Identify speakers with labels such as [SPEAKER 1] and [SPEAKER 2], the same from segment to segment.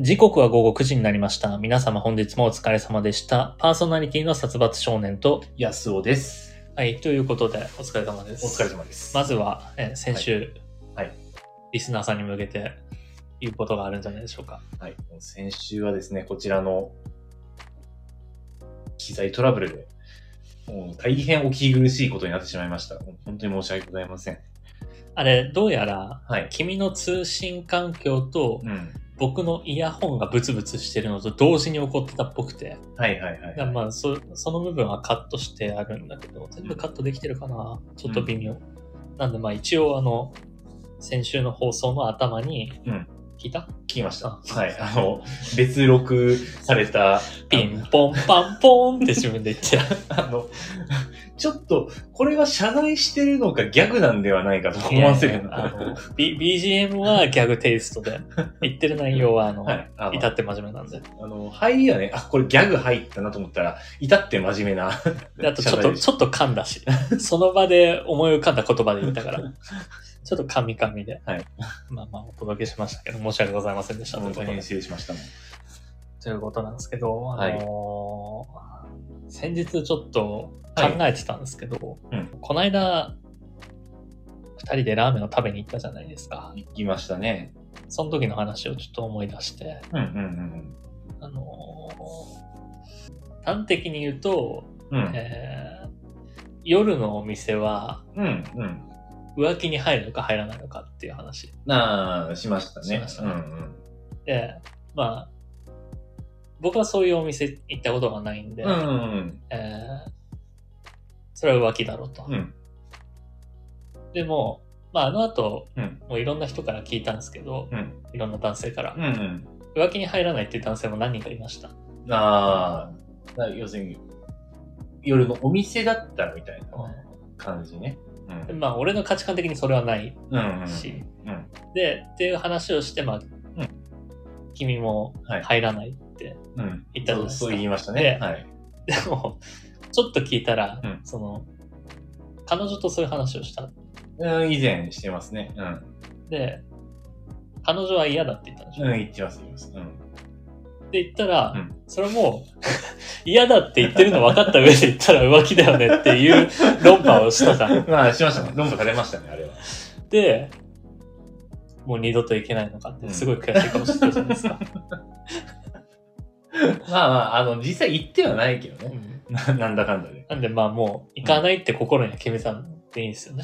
[SPEAKER 1] 時刻は午後9時になりました。皆様本日もお疲れ様でした。パーソナリティの殺伐少年と、
[SPEAKER 2] 安尾です。
[SPEAKER 1] はい、ということでお疲れ様です。
[SPEAKER 2] お疲れ様です。
[SPEAKER 1] まずは、え先週、
[SPEAKER 2] はいはい
[SPEAKER 1] リスナーさんに向けて言うことがあるんじゃないでしょうか。
[SPEAKER 2] はい、先週はですね、こちらの機材トラブルで、もう大変お聞き苦しいことになってしまいました。もう本当に申し訳ございません。
[SPEAKER 1] あれ、どうやら、
[SPEAKER 2] はい。
[SPEAKER 1] 君の通信環境と
[SPEAKER 2] うん。
[SPEAKER 1] 僕のイヤホンがブツブツしてるのと同時に起こってたっぽくて、
[SPEAKER 2] はいはいはい、
[SPEAKER 1] だからまあそその部分はカットしてあるんだけど、全部カットできてるかなちょっと微妙。なんでまあ一応あの、先週の放送の頭に、
[SPEAKER 2] うん
[SPEAKER 1] 聞いた
[SPEAKER 2] 聞きました。はい。あの、別録された、
[SPEAKER 1] ピンポンパンポンって自分で言って た。
[SPEAKER 2] あの、 ちょっと、これは謝罪してるのかギャグなんではないかと思わせるよう
[SPEAKER 1] あ
[SPEAKER 2] な。
[SPEAKER 1] の、B、BGM はギャグテイストで、言ってる内容はあの、
[SPEAKER 2] はい。あの
[SPEAKER 1] 至って真面目なんで。
[SPEAKER 2] あの、入りはね、あ、これギャグ入ったなと思ったら、至って真面目 な。
[SPEAKER 1] であとちょっ
[SPEAKER 2] 謝罪
[SPEAKER 1] と、
[SPEAKER 2] でし
[SPEAKER 1] ちょっと噛んだし、 その場で思い浮かんだ言葉で言った から、ちょっと噛み噛みで、
[SPEAKER 2] はい
[SPEAKER 1] まあまあお届けしましたけど、申し訳ございませんでしたたとい
[SPEAKER 2] 本
[SPEAKER 1] うこ
[SPEAKER 2] 当
[SPEAKER 1] とで
[SPEAKER 2] に。失礼しました。
[SPEAKER 1] ということなんですけど、あ
[SPEAKER 2] はい
[SPEAKER 1] のー先日ちょっと考えてたんですけど、
[SPEAKER 2] うん
[SPEAKER 1] この間、二人でラーメンを食べに行ったじゃないですか。
[SPEAKER 2] 行きましたね。
[SPEAKER 1] その時の話をちょっと思い出して、
[SPEAKER 2] うんうん
[SPEAKER 1] あのー端的に言うと、
[SPEAKER 2] うんうん。
[SPEAKER 1] えー夜のお店は
[SPEAKER 2] うんうん。
[SPEAKER 1] 浮気に入るのか入らないのかっていう話。
[SPEAKER 2] なあ、しましたね。
[SPEAKER 1] しました
[SPEAKER 2] う
[SPEAKER 1] ね
[SPEAKER 2] んうん。
[SPEAKER 1] で、まあ、僕はそういうお店行ったことがないんで、
[SPEAKER 2] うんうん
[SPEAKER 1] えーそれは浮気だろうと。
[SPEAKER 2] うん。うん
[SPEAKER 1] でも、まあ、あの後、
[SPEAKER 2] うん
[SPEAKER 1] もういろんな人から聞いたんですけど、
[SPEAKER 2] うん
[SPEAKER 1] いろんな男性から
[SPEAKER 2] う、ん
[SPEAKER 1] 浮気に入らないっていう男性も何人かいました。
[SPEAKER 2] うん。ああ、な要するに、夜のお店だったらみたいな感じね。うん
[SPEAKER 1] でまあ、俺の価値観的にそれはない
[SPEAKER 2] うんうん。
[SPEAKER 1] し、
[SPEAKER 2] うん
[SPEAKER 1] で、っていう話をして、まあ、君も
[SPEAKER 2] はい
[SPEAKER 1] 入らないって
[SPEAKER 2] うん。
[SPEAKER 1] 言ったじゃないです
[SPEAKER 2] そう
[SPEAKER 1] か。
[SPEAKER 2] 言いましたね
[SPEAKER 1] で。
[SPEAKER 2] はい。
[SPEAKER 1] でも、ちょっと聞いたら、
[SPEAKER 2] うん
[SPEAKER 1] その、彼女とそういう話をした。
[SPEAKER 2] うん、以前してますね。うん。
[SPEAKER 1] で、彼女は嫌だって言ったんでしょ。
[SPEAKER 2] う
[SPEAKER 1] っ
[SPEAKER 2] ん、言ってます、言ってます。うん。
[SPEAKER 1] て言ったら、
[SPEAKER 2] うん
[SPEAKER 1] それも、 嫌だって言ってるの分かった上で言ったら浮気だよねっていう論破をしたじゃん。
[SPEAKER 2] まあ、しましたね。論破されましたね、あれは。
[SPEAKER 1] で、もう二度といけないのかって、すごい悔しいかもしれないじゃないですか。
[SPEAKER 2] まあまあ、あの、実際言ってはないけど
[SPEAKER 1] う
[SPEAKER 2] ね。
[SPEAKER 1] ん
[SPEAKER 2] ななんだかんだで。
[SPEAKER 1] なんで、まあもう、行かないって心には決めたんでいいんですよね。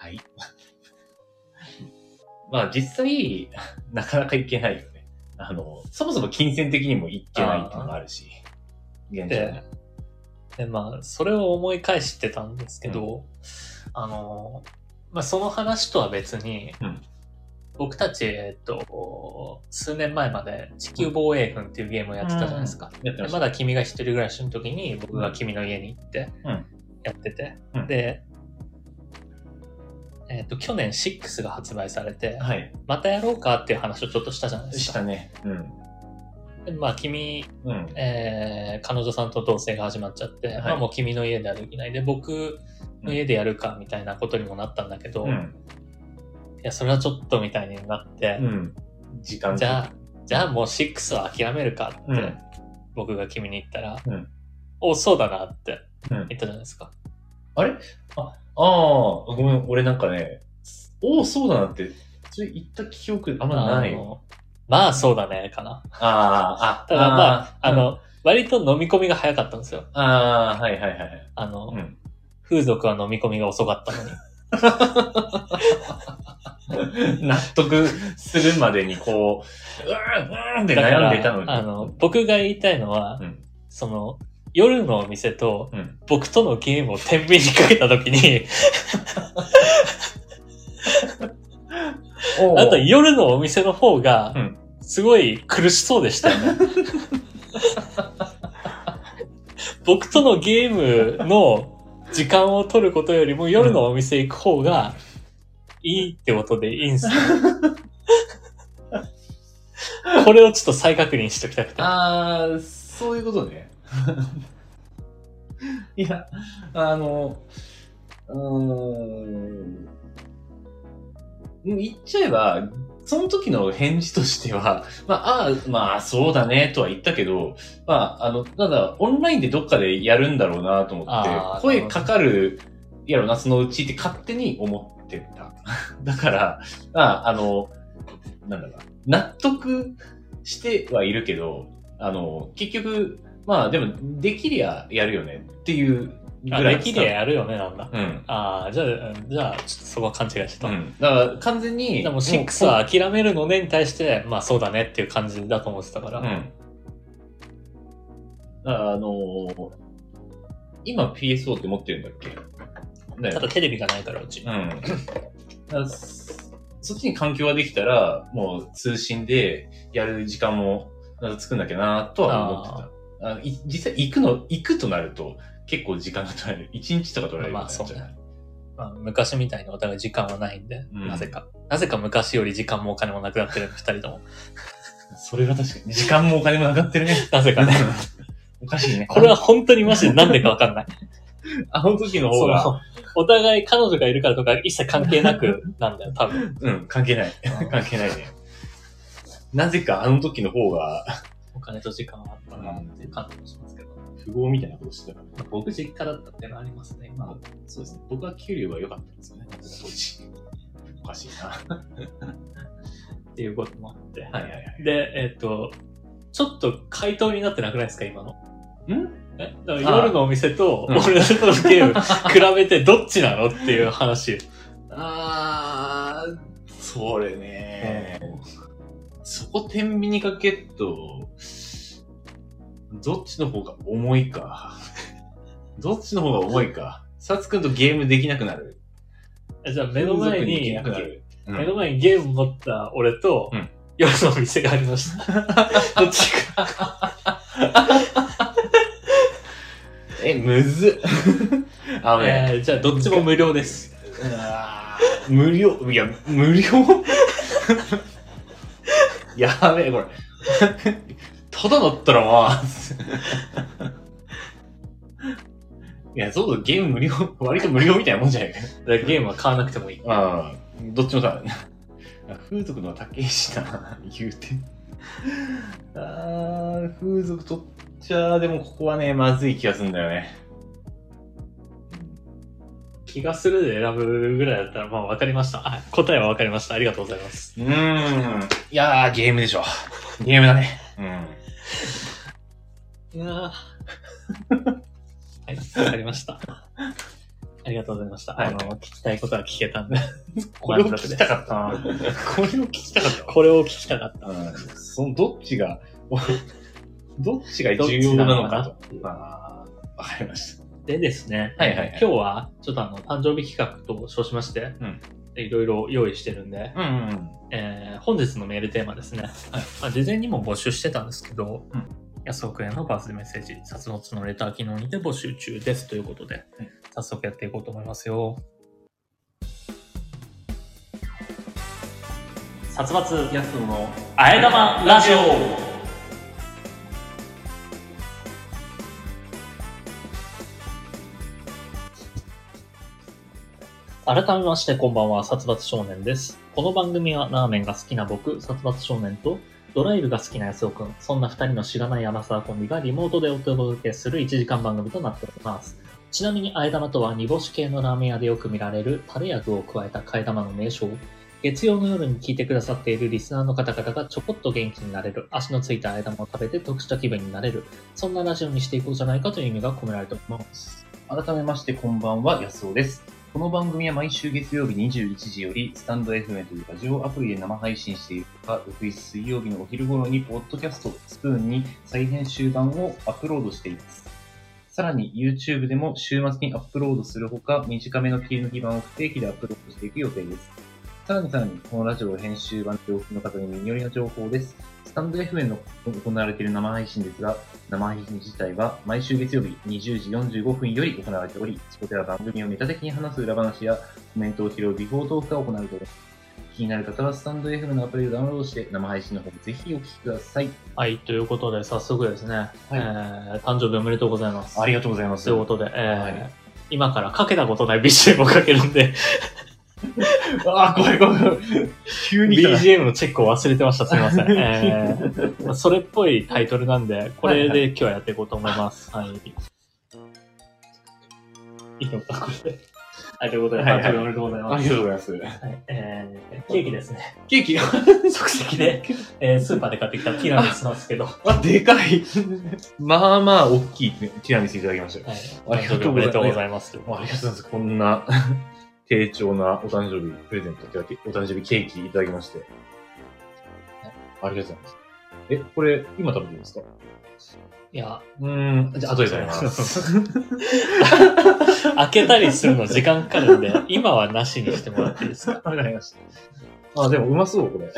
[SPEAKER 2] はい。 まあ実際、 なかなか行けないよね。あの、そもそも金銭的にも行けないっていうのもあるし。現状
[SPEAKER 1] で、でまあ、それを思い返してたんですけど、あの、まあその話とは別に、
[SPEAKER 2] うん
[SPEAKER 1] 僕たち、えっと、数年前まで地球防衛軍っていうゲームをやってたじゃないですか。
[SPEAKER 2] やって
[SPEAKER 1] で
[SPEAKER 2] まし
[SPEAKER 1] ま
[SPEAKER 2] た。
[SPEAKER 1] だ君が一人暮らしの時に僕が君の家に行って
[SPEAKER 2] うん
[SPEAKER 1] やってて、
[SPEAKER 2] うん
[SPEAKER 1] で、えっと去年6が発売されて、
[SPEAKER 2] はい。
[SPEAKER 1] またやろうかっていう話をちょっとしたじゃないです
[SPEAKER 2] し
[SPEAKER 1] か。
[SPEAKER 2] たね。うん。
[SPEAKER 1] でまあ君、
[SPEAKER 2] うん。
[SPEAKER 1] えー彼女さんと同棲が始まっちゃって、
[SPEAKER 2] はい
[SPEAKER 1] まあ、もう君の家ではできないで僕の家でやるかみたいなことにもなったんだけど、
[SPEAKER 2] う
[SPEAKER 1] い
[SPEAKER 2] ん。
[SPEAKER 1] やそれはちょっとみたいになって
[SPEAKER 2] う、ん。時間
[SPEAKER 1] じゃあじゃあもう6は諦めるかって、
[SPEAKER 2] うん
[SPEAKER 1] 僕が君に言ったら、
[SPEAKER 2] うん
[SPEAKER 1] おそうだなって
[SPEAKER 2] うん
[SPEAKER 1] 言ったじゃないですか。
[SPEAKER 2] ああ、ごめん、俺なんかね、おお、そうだなって、それ言った記憶あんまない。
[SPEAKER 1] あ
[SPEAKER 2] あ
[SPEAKER 1] のまあそうだね、かな。
[SPEAKER 2] あ、あ、
[SPEAKER 1] ただまあ、あ
[SPEAKER 2] ー、
[SPEAKER 1] の、割と飲み込みが早かったんですよ。
[SPEAKER 2] ああ、はいはいはい。
[SPEAKER 1] あの、
[SPEAKER 2] うん。
[SPEAKER 1] 風俗は飲み込みが遅かったのに。
[SPEAKER 2] 納得するまでにこう、うーん、うーんって
[SPEAKER 1] だから
[SPEAKER 2] 悩んでいたのに。
[SPEAKER 1] あの、僕が言いたいのは、
[SPEAKER 2] うん、
[SPEAKER 1] その、夜のお店と
[SPEAKER 2] うん。
[SPEAKER 1] 僕とのゲームを天秤にかけた時に、
[SPEAKER 2] おう
[SPEAKER 1] あと夜のお店の方が
[SPEAKER 2] うん、
[SPEAKER 1] すごい苦しそうでしたよ ね。僕とのゲームの時間を取ることよりも夜のお店行く方がいいってことでいいんす よ。これをちょっと再確認しときたくて。
[SPEAKER 2] あー、そういうこと ね。いや、あの、うーん。もう言っちゃえば、その時の返事としては、まあ、ああ、まあ、そうだね、とは言ったけど、まあ、あの、ただ、オンラインでどっかでやるんだろうな、と思
[SPEAKER 1] ああ
[SPEAKER 2] って、声かかる、やろな、そのうちって勝手に思ってた。 だから、まあ、あの、なんだろうな、納得してはいるけど、あの、結局、まあ、でも、できりゃやるよね、っていうぐ
[SPEAKER 1] あ
[SPEAKER 2] らい。
[SPEAKER 1] できりゃやるよね、なんだ。
[SPEAKER 2] うん。
[SPEAKER 1] ああ、じゃあ、うんじゃあ、ちょっとそこは勘違いしてた。
[SPEAKER 2] うん。だから、完全に、
[SPEAKER 1] でも、6は諦めるのねに対して、まあそうだねっていう感じだと思ってたから。
[SPEAKER 2] うん。あのー今 PSO って持ってるんだっけね
[SPEAKER 1] ただテレビがないから、うち。
[SPEAKER 2] うん。だからそそっちに環境ができたら、もう通信でやる時間も作んなきゃなとは思ってた。あのい実際行くの、行くとなると結構時間が取られる。1日とか取られる
[SPEAKER 1] まあ
[SPEAKER 2] みたいになっちゃう
[SPEAKER 1] まあ、昔みたいにお互い時間はないんで、
[SPEAKER 2] うん
[SPEAKER 1] なぜか。なぜか昔より時間もお金もなくなってる、二人とも。
[SPEAKER 2] それは確かに。時間もお金もなかってるね。
[SPEAKER 1] なぜかね。
[SPEAKER 2] おかしいね。
[SPEAKER 1] これは本当にマジでなんでかわ かんない。
[SPEAKER 2] あの時の方
[SPEAKER 1] そ
[SPEAKER 2] が、
[SPEAKER 1] の、お互い彼女がいるからとか一切関係なくなんだよ、多分。
[SPEAKER 2] うん、関係ない。 関係ないね。なぜかあの時の方が、
[SPEAKER 1] お金と時間はあったなっていう感じもしますけど。
[SPEAKER 2] 富豪みたいなことしてたから。
[SPEAKER 1] まあ僕実家だったっていうのはありますね、今は。
[SPEAKER 2] そうですね。僕は給料は良かったんですよね。当時。おかしいな。
[SPEAKER 1] っていうこともあって。
[SPEAKER 2] はいはいはい。
[SPEAKER 1] で、えっ、と、ちょっと回答になってなくないですか、今の。
[SPEAKER 2] ん
[SPEAKER 1] えだから夜のお店と
[SPEAKER 2] ああうん
[SPEAKER 1] 俺らとのゲーム比べてどっちなのっていう話。
[SPEAKER 2] あー、それね、そこ天秤にかけっと、どっちの方が重いか。 どっちの方が重いか。サツくんとゲームできなくなる。
[SPEAKER 1] えじゃあ目の前
[SPEAKER 2] 風俗でき
[SPEAKER 1] に
[SPEAKER 2] な、くなる。うん
[SPEAKER 1] 目の前にゲーム持った俺と、
[SPEAKER 2] うん
[SPEAKER 1] 夜のお店がありました。 どっちか。
[SPEAKER 2] え、むずっ。あのね、
[SPEAKER 1] えーじゃあどっちも無料です。
[SPEAKER 2] うわー無料、いや、無料 やべえ、これ。 ただだったらまあ。いや、そうだ、ゲーム無料、割と無料みたいなもんじゃないか。
[SPEAKER 1] だからゲームは買わなくてもいい。
[SPEAKER 2] うん。どっちもさ、風俗の方が高いしな、言うて。あー、風俗とっちゃ、でもここはね、まずい気がするんだよね。
[SPEAKER 1] 気がするで選ぶぐらいだったら、まあ分かりました。あ答えは分かりました。ありがとうございます。
[SPEAKER 2] うーん。いやー、ゲームでしょ。ゲームだね。うん。
[SPEAKER 1] いやーはい、わかりました。ありがとうございました。
[SPEAKER 2] はい
[SPEAKER 1] あの、聞きたいことは聞けたんで。
[SPEAKER 2] これを聞きたかったな。 これを聞きたかっ
[SPEAKER 1] これを聞きたかった。
[SPEAKER 2] た。うん。そのどっちが、どっちが重
[SPEAKER 1] どっ
[SPEAKER 2] 要
[SPEAKER 1] ち
[SPEAKER 2] な
[SPEAKER 1] な
[SPEAKER 2] の
[SPEAKER 1] の
[SPEAKER 2] か
[SPEAKER 1] か
[SPEAKER 2] と。あーわかりました。
[SPEAKER 1] でですね、
[SPEAKER 2] はいはいはい
[SPEAKER 1] 今日はちょっとあの、誕生日企画と称しまして、
[SPEAKER 2] うん
[SPEAKER 1] いろいろ用意してるんで、
[SPEAKER 2] うんうん。
[SPEAKER 1] えー本日のメールテーマですね、まあ、事前にも募集してたんですけど、
[SPEAKER 2] うん
[SPEAKER 1] 安岡へのバースデーメッセージ、殺伐のレター機能にて募集中ですということで、
[SPEAKER 2] うん
[SPEAKER 1] 早速やっていこうと思いますよ。殺伐、
[SPEAKER 2] やつの、
[SPEAKER 1] あえ玉ラジオ改めましてこんばんは、殺伐少年です。この番組はラーメンが好きな僕、殺伐少年と、ドライブが好きな安尾くん、そんな二人の知らない甘沢コンビがリモートでお届けする1時間番組となっております。ちなみに、あえ玉とは煮干し系のラーメン屋でよく見られるタレや具を加えた替え玉の名称。月曜の夜に聞いてくださっているリスナーの方々がちょこっと元気になれる、足のついたあえ玉を食べて得した気分になれる、そんなラジオにしていこうじゃないかという意味が込められております。
[SPEAKER 2] 改めましてこんばんは、安尾です。この番組は毎週月曜日21時より、スタンド FM というラジオアプリで生配信しているほか、翌日水曜日のお昼頃に、ポッドキャスト、スプーンに再編集版をアップロードしています。さらに、YouTube でも週末にアップロードするほか、短めの切り抜き版を不定期でアップロードしていく予定です。さらにさらに、このラジオ編集版でお聞きの方に耳寄りな情報です。スタンド FM の行われている生配信ですが、生配信自体は毎週月曜日20時45分より行われており、そこでは番組をメタ的に話す裏話やコメントを拾うビフォートークが行われております。気になる方はスタンド FM のアプリをダウンロードして生配信の方もぜひお聞きください。
[SPEAKER 1] はい、ということで早速ですね、
[SPEAKER 2] い
[SPEAKER 1] えー誕生日おめでとうございます。
[SPEAKER 2] りがとうございま
[SPEAKER 1] ということで、えー
[SPEAKER 2] はい
[SPEAKER 1] 今からかけたことない BGM をかけるんで、
[SPEAKER 2] ああ、怖い怖い怖い。急に来たな
[SPEAKER 1] BGM のチェックを忘れてました。すみ ません。えーまあそれっぽいタイトルなんで、これで今日はやっていこうと思います。はい。いいのか、これで。はい、ということで、
[SPEAKER 2] はいはい
[SPEAKER 1] タイトルおめでとうござい
[SPEAKER 2] あ
[SPEAKER 1] ま
[SPEAKER 2] り
[SPEAKER 1] す。
[SPEAKER 2] がとうございます。
[SPEAKER 1] はいえーケーキですね。
[SPEAKER 2] ケーキが、
[SPEAKER 1] 即席で、えースーパーで買ってきたティラミスなんですけど、は
[SPEAKER 2] あ、でか い。まあまあ、大きいティラミスいただきましたよ。
[SPEAKER 1] い、
[SPEAKER 2] ありがとう
[SPEAKER 1] お
[SPEAKER 2] ございます
[SPEAKER 1] めでとうございます。
[SPEAKER 2] あありがとうございます。こんな 低調なお誕生日プレゼントいただき、お誕生日ケーキいただきまして。ありがとうございます。え、これ、今食べてるんですか
[SPEAKER 1] いや、
[SPEAKER 2] うーん、じゃあ、後で食べます。
[SPEAKER 1] 開けたりするの時間かかるんで、 今はなしにしてもらっていいですか
[SPEAKER 2] わかりました。あ、でもうまそう、これ。
[SPEAKER 1] っ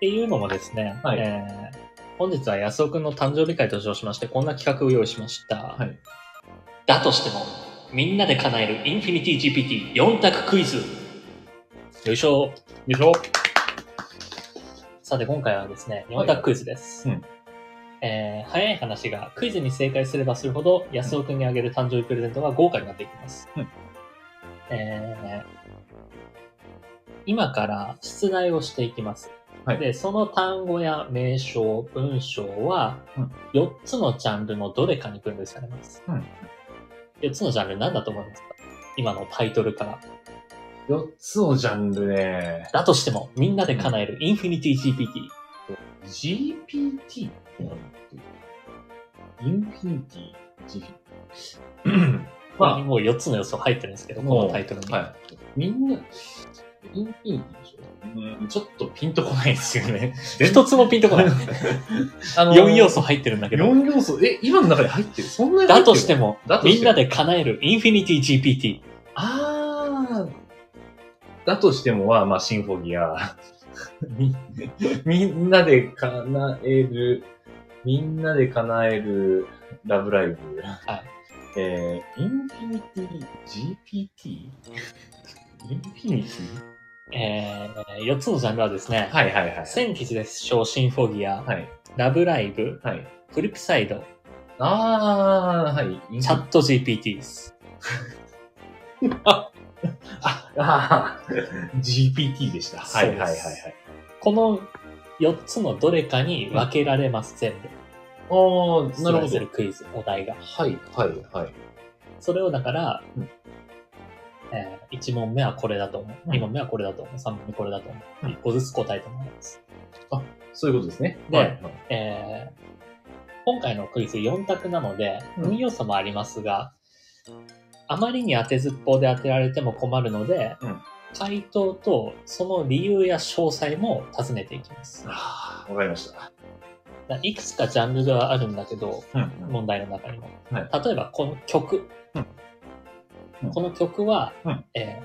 [SPEAKER 1] ていうのもですね、
[SPEAKER 2] はい
[SPEAKER 1] えー本日は安尾くんの誕生日会と称しまして、こんな企画を用意しました。
[SPEAKER 2] はい
[SPEAKER 1] だとしても、みんなで叶えるインフィニティ GPT4 択クイズ。よいしょ。
[SPEAKER 2] でしょ
[SPEAKER 1] さて、今回はですね、
[SPEAKER 2] は
[SPEAKER 1] 4
[SPEAKER 2] い
[SPEAKER 1] 択クイズです。
[SPEAKER 2] うん
[SPEAKER 1] えー早い話が、クイズに正解すればするほど、安尾くんにあげる誕生日プレゼントが豪華になっていきます。
[SPEAKER 2] うん
[SPEAKER 1] えー今から出題をしていきます。
[SPEAKER 2] はい
[SPEAKER 1] で、その単語や名称、文章は
[SPEAKER 2] うん、
[SPEAKER 1] 4つのジャンルのどれかに分類されます。
[SPEAKER 2] うん
[SPEAKER 1] 4つのジャンル何だと思いますか今のタイトルから。
[SPEAKER 2] 4つのジャンルね。
[SPEAKER 1] だとしても、みんなで叶えるインフィニティ GPT。
[SPEAKER 2] GPT ってなんだっけインフィニティ GPT。
[SPEAKER 1] まあ、もう4つの要素入ってるんですけど、このタイトルに。
[SPEAKER 2] はい。みんな、インフィニティでしょうんちょっとピンとこないですよね。
[SPEAKER 1] 一つもピンとこない。
[SPEAKER 2] あのー
[SPEAKER 1] 4要素。入ってるんだけど。
[SPEAKER 2] 4要素。え、今の中で入ってるそんなに入
[SPEAKER 1] だ
[SPEAKER 2] って
[SPEAKER 1] と
[SPEAKER 2] る
[SPEAKER 1] しても
[SPEAKER 2] だ、としても
[SPEAKER 1] みんなで叶えるインフィニティ GPT。
[SPEAKER 2] あー。だとしてもは、まあ、シンフォギア。 みみんなで叶える、みんなで叶える、ラブライブ。
[SPEAKER 1] はい。
[SPEAKER 2] えー、インフィニティ GPT? インフィニティ
[SPEAKER 1] えー、4つのジャンルはですね、
[SPEAKER 2] はいはいはい。
[SPEAKER 1] 千吉でしょう、シンフォギア、
[SPEAKER 2] はい。
[SPEAKER 1] ラブライブ、
[SPEAKER 2] はい。
[SPEAKER 1] フリップサイド、
[SPEAKER 2] ああ、はい。
[SPEAKER 1] チャット GPT です。
[SPEAKER 2] ああー、GPT でした。はいはいはいはい
[SPEAKER 1] そうで。この4つのどれかに分けられます、全部。
[SPEAKER 2] ああ、なる
[SPEAKER 1] 出題
[SPEAKER 2] ほ
[SPEAKER 1] す
[SPEAKER 2] ど
[SPEAKER 1] る。クイズ、お題が。
[SPEAKER 2] はいはいはい。
[SPEAKER 1] それをだから、
[SPEAKER 2] うん
[SPEAKER 1] えー、1問目はこれだと思う。
[SPEAKER 2] うん
[SPEAKER 1] 2問目はこれだと思う。3問目これだと思う。
[SPEAKER 2] うん
[SPEAKER 1] 1個ずつ答えてもらいます。
[SPEAKER 2] そういうことですね。
[SPEAKER 1] で
[SPEAKER 2] はいはい
[SPEAKER 1] えー今回のクイズ4択なので、
[SPEAKER 2] うん
[SPEAKER 1] 運要素もありますが、あまりに当てずっぽうで当てられても困るので、
[SPEAKER 2] うん
[SPEAKER 1] 回答とその理由や詳細も尋ねていきます。
[SPEAKER 2] あーわかりました。
[SPEAKER 1] だいくつかジャンルがあるんだけど、
[SPEAKER 2] うんうん
[SPEAKER 1] 問題の中にも。
[SPEAKER 2] はい
[SPEAKER 1] 例えば、この曲。
[SPEAKER 2] うんうん
[SPEAKER 1] この曲は、
[SPEAKER 2] うん
[SPEAKER 1] えー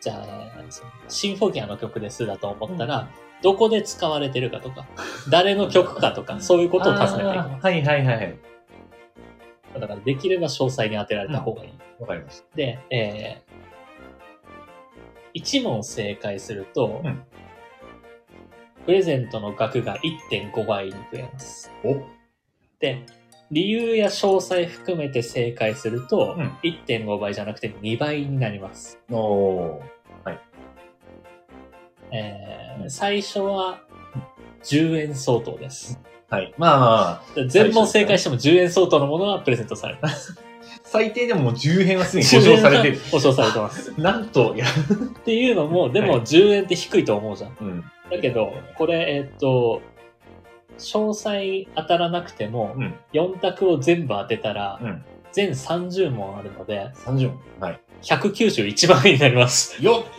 [SPEAKER 1] じゃあ、えーそのシンフォギアの曲ですだと思ったら、どこで使われてるかとか、誰の曲かとか、そういうことを尋ねていき
[SPEAKER 2] あ
[SPEAKER 1] ま
[SPEAKER 2] ーはいはいはいはい。
[SPEAKER 1] す。だから、できれば詳細に当てられた方がいい。
[SPEAKER 2] わかりまし
[SPEAKER 1] で、え1問正解すると、
[SPEAKER 2] うん
[SPEAKER 1] プレゼントの額が1.5倍に増えます。
[SPEAKER 2] た。お
[SPEAKER 1] で、理由や詳細含めて正解すると、
[SPEAKER 2] うん
[SPEAKER 1] 1.5倍じゃなくて2倍になります。
[SPEAKER 2] お
[SPEAKER 1] えー
[SPEAKER 2] うん
[SPEAKER 1] 最初は10円相当です。
[SPEAKER 2] ーはい。まあまあ
[SPEAKER 1] 全問正解しても10円相当のものはプレゼントされます。
[SPEAKER 2] まあ、最低でももう10編はすでに 保証されてる。
[SPEAKER 1] 保証されて ます。
[SPEAKER 2] なんと、いや、
[SPEAKER 1] っていうのも、で
[SPEAKER 2] は
[SPEAKER 1] も10円って低いと思うじゃん。
[SPEAKER 2] うん。
[SPEAKER 1] だけど、これ、えーっと、詳細当たらなくても
[SPEAKER 2] う、ん。
[SPEAKER 1] 4択を全部当てたら、
[SPEAKER 2] うん。
[SPEAKER 1] 全30問あるので、
[SPEAKER 2] 30問。はい。
[SPEAKER 1] 191万円になります。
[SPEAKER 2] よっ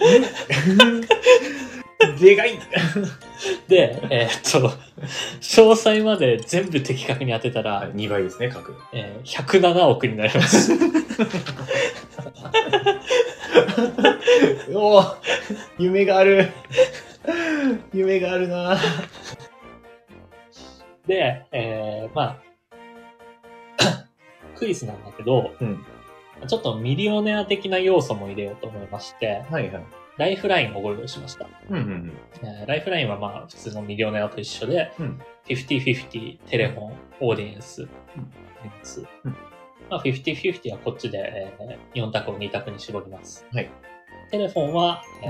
[SPEAKER 2] でかい
[SPEAKER 1] で、えーっと、詳細まで全部的確に当てたら、
[SPEAKER 2] はい、2倍ですね、各。
[SPEAKER 1] えー107億になります。
[SPEAKER 2] おお夢がある夢があるな
[SPEAKER 1] で、えーまあ、 クイズなんだけど、
[SPEAKER 2] うん
[SPEAKER 1] ちょっとミリオネア的な要素も入れようと思いまして、
[SPEAKER 2] はいはい。
[SPEAKER 1] ライフラインをご用意しました。
[SPEAKER 2] うんうん
[SPEAKER 1] えーライフラインはまあ、普通のミリオネアと一緒で、
[SPEAKER 2] うん
[SPEAKER 1] 50-50、テレフォン、オーディエンス、オーディエンス
[SPEAKER 2] うん
[SPEAKER 1] まあ、50-50はこっちで、えー4択を2択に絞ります。
[SPEAKER 2] はい。
[SPEAKER 1] テレフォンは、え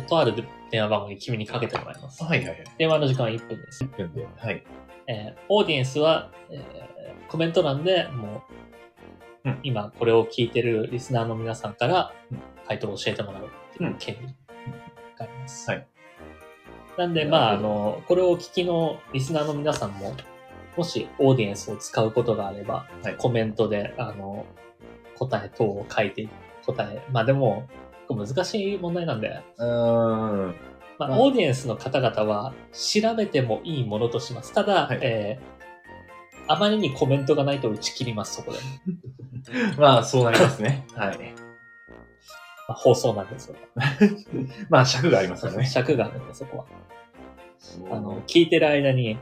[SPEAKER 1] ーとある電話番号に君にかけてもらいます。
[SPEAKER 2] はいはいはい。
[SPEAKER 1] 電話の時間は1分です。
[SPEAKER 2] 1分で。はい。
[SPEAKER 1] えーオーディエンスは、えーコメント欄でもう、
[SPEAKER 2] うん
[SPEAKER 1] 今これを聞いてるリスナーの皆さんから
[SPEAKER 2] うん
[SPEAKER 1] 回答を教えてもらうっていう権利があります。
[SPEAKER 2] はい
[SPEAKER 1] なんで、まあ、あの、これをお聞きのリスナーの皆さんも、もしオーディエンスを使うことがあれば、
[SPEAKER 2] はい
[SPEAKER 1] コメントで、あの、答え等を書いて、答え、まあでも、これ難しい問題なんで、
[SPEAKER 2] うーん。
[SPEAKER 1] まあ、
[SPEAKER 2] はい
[SPEAKER 1] オーディエンスの方々は調べてもいいものとします。ただ、
[SPEAKER 2] はい
[SPEAKER 1] えーあまりにコメントがないと打ち切ります、そこで。
[SPEAKER 2] まあ、そうなります ね。はい。
[SPEAKER 1] まあ、放送なんですよ。
[SPEAKER 2] まあ、尺がありますからね。
[SPEAKER 1] 尺があるんで、そこは。あの、聞いてる間に、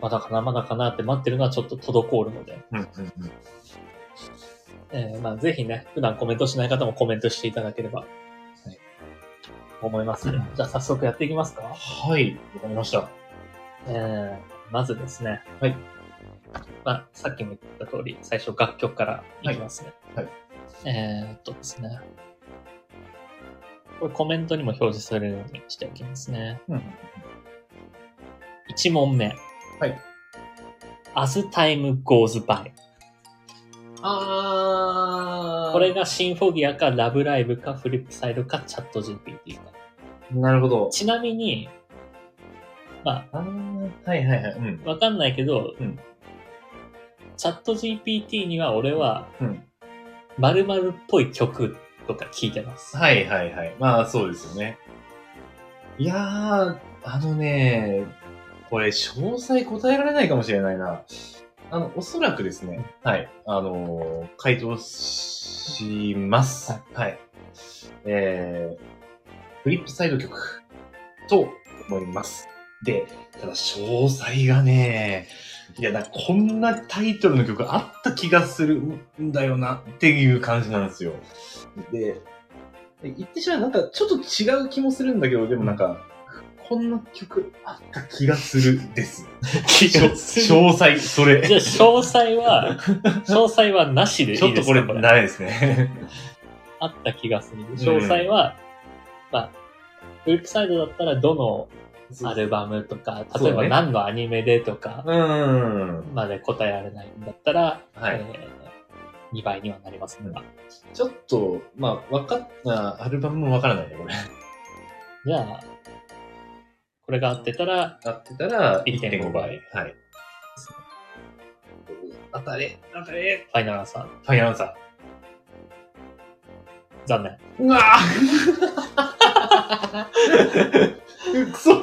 [SPEAKER 1] まだかな、まだかなって待ってるのはちょっと滞るので、
[SPEAKER 2] うんうんうん。
[SPEAKER 1] えーまあ、ぜひね、普段コメントしない方もコメントしていただければ、思いますね。じゃあ早速やっていきますか。
[SPEAKER 2] はい。わかりました。
[SPEAKER 1] えーまずですね。
[SPEAKER 2] はい。
[SPEAKER 1] まあ、さっきも言った通り、最初楽曲からいきますね。
[SPEAKER 2] はいは
[SPEAKER 1] えーっとですね。これコメントにも表示されるようにしておきますね。
[SPEAKER 2] うん。
[SPEAKER 1] 1問目。
[SPEAKER 2] はい。
[SPEAKER 1] As Time Goes By。
[SPEAKER 2] あ
[SPEAKER 1] これがシンフォギアかラブライブかフリップサイドかチャット GPT か。
[SPEAKER 2] なるほど。
[SPEAKER 1] ちなみに、ま
[SPEAKER 2] あーはいはいはい。うん。
[SPEAKER 1] あ、わかんないけど、
[SPEAKER 2] うん
[SPEAKER 1] チャット GPT には俺は
[SPEAKER 2] うん。
[SPEAKER 1] 〇〇っぽい曲とか聞いてます。
[SPEAKER 2] はいはいはい。まあ、そうですよね。いやー、あのね、これ、詳細答えられないかもしれないな。あの、おそらくですね、はい、あのー回答します。
[SPEAKER 1] は
[SPEAKER 2] はい。えー、フリップサイド曲と思います。で、ただ、詳細がね、いや、なんかこんなタイトルの曲あった気がするんだよなっていう感じなんですよ。で、言ってしまうなんかちょっと違う気もするんだけど、でもなんか、こんな曲あった気がするです。
[SPEAKER 1] 気
[SPEAKER 2] ちょ詳細、それ。
[SPEAKER 1] じゃあ、詳細 は、詳細はなしでいいです
[SPEAKER 2] ち
[SPEAKER 1] か
[SPEAKER 2] ょっとこれ、
[SPEAKER 1] これ
[SPEAKER 2] ダメですね。
[SPEAKER 1] あった気がする。詳細は、まあ、ウェブサイドだったらどのアルバムとか、
[SPEAKER 2] そう
[SPEAKER 1] 例え
[SPEAKER 2] そう
[SPEAKER 1] ば
[SPEAKER 2] ね
[SPEAKER 1] 何のアニメでとか
[SPEAKER 2] うーん。
[SPEAKER 1] まで答えられないんだったら、
[SPEAKER 2] はい
[SPEAKER 1] 2倍にはなりますね。
[SPEAKER 2] ちょっと、まあ、わかった、アルバムもわからないね、これ。
[SPEAKER 1] じゃあ、これが合ってたら、
[SPEAKER 2] 合ってたら、
[SPEAKER 1] 1.5倍
[SPEAKER 2] 1.5倍。はい。当たれ、当たれ。
[SPEAKER 1] ファイナルアンサー。
[SPEAKER 2] ファイナルアンサ
[SPEAKER 1] 残念。
[SPEAKER 2] ー。うわぁくそ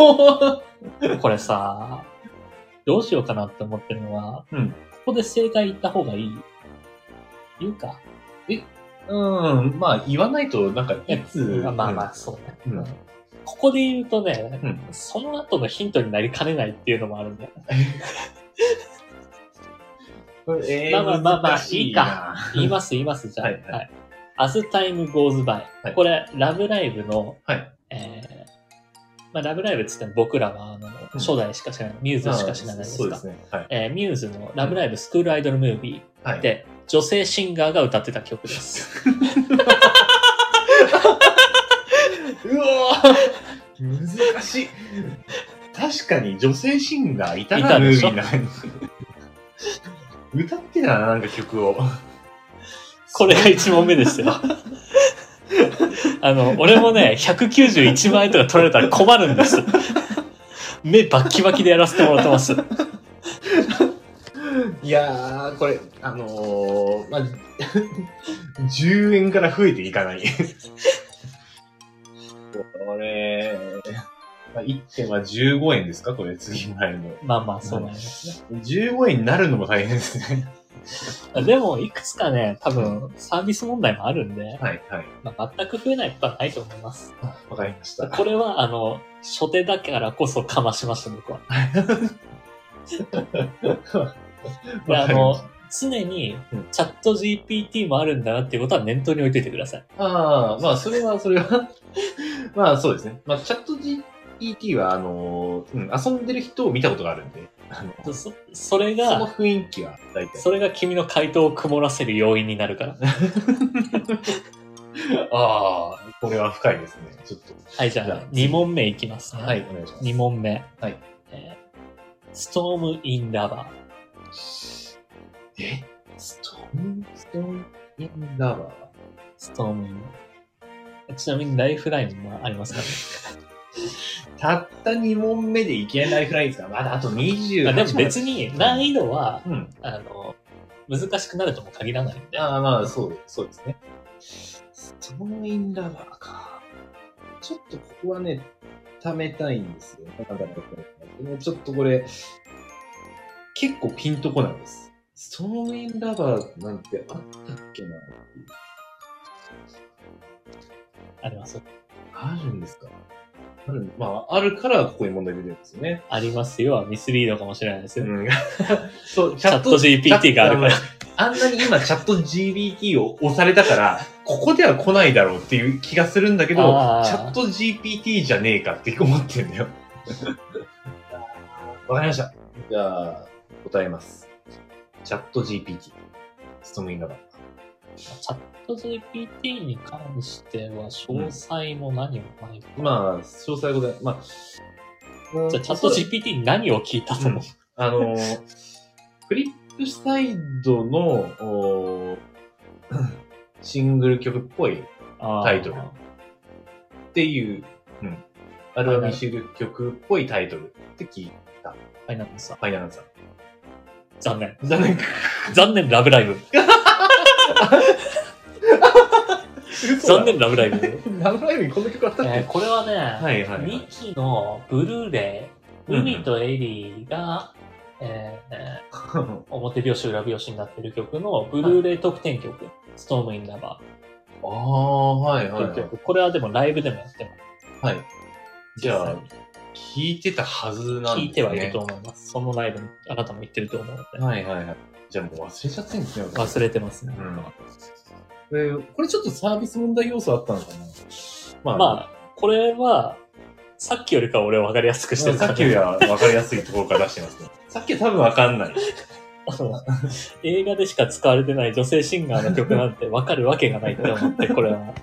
[SPEAKER 1] これさ、どうしようかなって思ってるのは、
[SPEAKER 2] うん
[SPEAKER 1] ここで正解言った方がいい。言うか。
[SPEAKER 2] うん、まあ言わないと、なんか、いつ、
[SPEAKER 1] まあまあま
[SPEAKER 2] あ、
[SPEAKER 1] あ、そうね。
[SPEAKER 2] うん
[SPEAKER 1] ここで言うとね、
[SPEAKER 2] うん
[SPEAKER 1] その後のヒントになりかねないっていうのもあるんだよ。
[SPEAKER 2] え
[SPEAKER 1] まあまあまあまあいいか
[SPEAKER 2] か。
[SPEAKER 1] 言います、言います、じゃあ。
[SPEAKER 2] はいはい
[SPEAKER 1] As Time Goes By、
[SPEAKER 2] はい
[SPEAKER 1] これ、ラブライブの、
[SPEAKER 2] はい
[SPEAKER 1] えーまあ、ラブライブっつっても僕らはあの初代しか知らない、ミューズしか知らないです
[SPEAKER 2] そうで
[SPEAKER 1] か。
[SPEAKER 2] すね。はい。
[SPEAKER 1] えーミューズのラブライブスクールアイドルムービ
[SPEAKER 2] は
[SPEAKER 1] ー
[SPEAKER 2] い。
[SPEAKER 1] で、女性シンガーが歌ってた曲です。
[SPEAKER 2] うわぁ難しい。確かに女性シンガーいた
[SPEAKER 1] いた
[SPEAKER 2] な、ムー
[SPEAKER 1] で
[SPEAKER 2] ビ
[SPEAKER 1] しょ
[SPEAKER 2] ーの中に。歌ってたな、なんか曲を。
[SPEAKER 1] これが1問目ですよ。あの、俺もね、191万円とか取られたら困るんです。目バッキバキでやらせてもらってます。
[SPEAKER 2] いやー、これ、あのー、まあ、10円 から増えていかない。これ、まあ、1点は15円ですかこれ、次前の。
[SPEAKER 1] まあまあ、そうなんですね。
[SPEAKER 2] 15円になるのも大変ですね。
[SPEAKER 1] でも、いくつかね、多分、サービス問題もあるんで、
[SPEAKER 2] はい、はい。
[SPEAKER 1] まあ、全く増えないことはないと思います。
[SPEAKER 2] わかりました。
[SPEAKER 1] これは、あの、初手だからこそかましました、僕は。で、あの
[SPEAKER 2] わか、
[SPEAKER 1] 常に
[SPEAKER 2] うん、
[SPEAKER 1] チャット GPT もあるんだなっていうことは念頭に置いといてください。
[SPEAKER 2] ああ、まあ、それは、それは。 まあ、そうですね。まあ、チャット GPT は、あのーうん、遊んでる人を見たことがあるんで。あの
[SPEAKER 1] そそそれ
[SPEAKER 2] その
[SPEAKER 1] が、
[SPEAKER 2] 雰囲気は大体。
[SPEAKER 1] それが君の回答を曇らせる要因になるから。
[SPEAKER 2] ああ、これは深いですね。ちょっと。
[SPEAKER 1] はい、じゃ
[SPEAKER 2] じゃ
[SPEAKER 1] あ
[SPEAKER 2] あ、
[SPEAKER 1] 2問目いきますね。
[SPEAKER 2] はい、お願いします。
[SPEAKER 1] 2問目。
[SPEAKER 2] はい
[SPEAKER 1] えー。ストーム・イン・ラバー。
[SPEAKER 2] えストーン、ストーンインラバー。
[SPEAKER 1] ストーム・イン。ちなみにライフラインはありますかね
[SPEAKER 2] たった2問目でいきなりライフラインですから、まだあと28
[SPEAKER 1] あ
[SPEAKER 2] 問。
[SPEAKER 1] でも別に難易度は、
[SPEAKER 2] うん。
[SPEAKER 1] あの、難しくなるとも限らないんで。
[SPEAKER 2] ああ、まあ、そう、そうですね。ストーンインラバーか。ちょっとここはね、貯めたいんですよ。だからだからでもちょっとこれ、結構ピンとこないです。ストーンインラバーなんてあったっけな
[SPEAKER 1] あります。
[SPEAKER 2] あるんですかある、まあ、あるからここに問題出てるんですよね。
[SPEAKER 1] ありますよはミスリードかもしれないですよ。
[SPEAKER 2] そう、
[SPEAKER 1] チャット GPT があるから。
[SPEAKER 2] あんなに今チャット GPT を押されたから、ここでは来ないだろうっていう気がするんだけど、
[SPEAKER 1] あー
[SPEAKER 2] チャット GPT じゃねえかって思ってん だよ。わかりました。じゃあ、答えます。チャット GPT。ストームインラバー。
[SPEAKER 1] チャット GPT に関しては詳細も何もない。
[SPEAKER 2] まあ、詳細はございまあ、
[SPEAKER 1] じゃあチャット GPT に何を聞いたと思う、
[SPEAKER 2] あのー、フリップサイドの、おーシングル曲っぽいタイトル
[SPEAKER 1] あ
[SPEAKER 2] っていう、うん。アルバムに収録曲っぽいタイトルって聞いた。フ
[SPEAKER 1] ーファイナルさん。
[SPEAKER 2] ァイナルアンサー。
[SPEAKER 1] 残念。
[SPEAKER 2] 残念。
[SPEAKER 1] 残念、ラブライブ。残念、ラブライ ブ。
[SPEAKER 2] 念。ラブライブにこんな曲あったっけ、
[SPEAKER 1] えーこれはね、
[SPEAKER 2] はいはいはい
[SPEAKER 1] ミキのブルーレイ、
[SPEAKER 2] うん
[SPEAKER 1] 海とエリーが、えーえー表拍子裏拍子になってる曲のブルーレイ特典曲、ストームインラバ
[SPEAKER 2] ああ、はい
[SPEAKER 1] ー
[SPEAKER 2] は
[SPEAKER 1] とい
[SPEAKER 2] い、
[SPEAKER 1] う
[SPEAKER 2] はい
[SPEAKER 1] 曲、。これはでもライブでもやってます。
[SPEAKER 2] はい。じゃあ
[SPEAKER 1] 実
[SPEAKER 2] 聞いてたはずな
[SPEAKER 1] 際
[SPEAKER 2] ん
[SPEAKER 1] に聞い
[SPEAKER 2] ですね。
[SPEAKER 1] てはいると思います。そのライブにあなたも行ってると思うので、
[SPEAKER 2] はいはいはい。じゃあもう忘れちゃってんですね。私
[SPEAKER 1] 忘れてますね。
[SPEAKER 2] うんえーこれちょっとサービス問題要素あったのかなまあ、
[SPEAKER 1] まあ、これは、さっきよりかは俺は分かりやすくしてるか
[SPEAKER 2] さ
[SPEAKER 1] ら
[SPEAKER 2] っきよりは分かりやすいところから出してますね。 さっきは多分分かんない。
[SPEAKER 1] あの 映画でしか使われてない女性シンガーの曲なんて分かるわけがないって思って、これは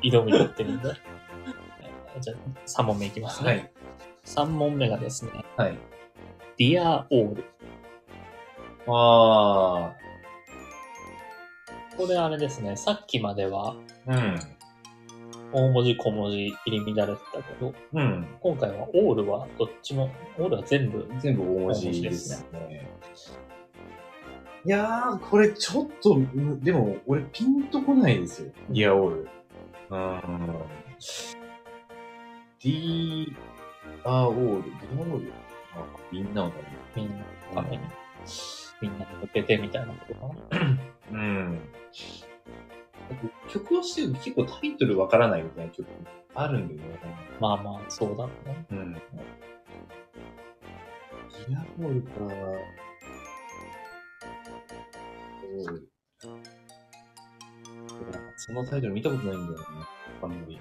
[SPEAKER 1] 挑みに行ってるんで。じゃあ、3問目いきますね。
[SPEAKER 2] はい。
[SPEAKER 1] 3問目がですね、
[SPEAKER 2] はい。
[SPEAKER 1] Dear All。
[SPEAKER 2] あ
[SPEAKER 1] これあれですね、さっきまでは
[SPEAKER 2] あ、うん。
[SPEAKER 1] 大文字小文字入り乱れてたけど、
[SPEAKER 2] うん。
[SPEAKER 1] 今回は All はどっちも、All は全部、
[SPEAKER 2] 全部大文字ですね。いやー、これちょっと、むでも俺ピンとこないですよ。いや、俺。うーん。D、R、O、D、R、O、D。あみんなのた
[SPEAKER 1] みんなのために、みんなに向けてみたいなことかな。
[SPEAKER 2] めうん。だって曲をしてる結構タイトルわからないみたいな曲あるんだよね。
[SPEAKER 1] まあまあ、そうだろうね。
[SPEAKER 2] うん。ディアボールか。おーそのタイトル見たことないんだよね。あんまり。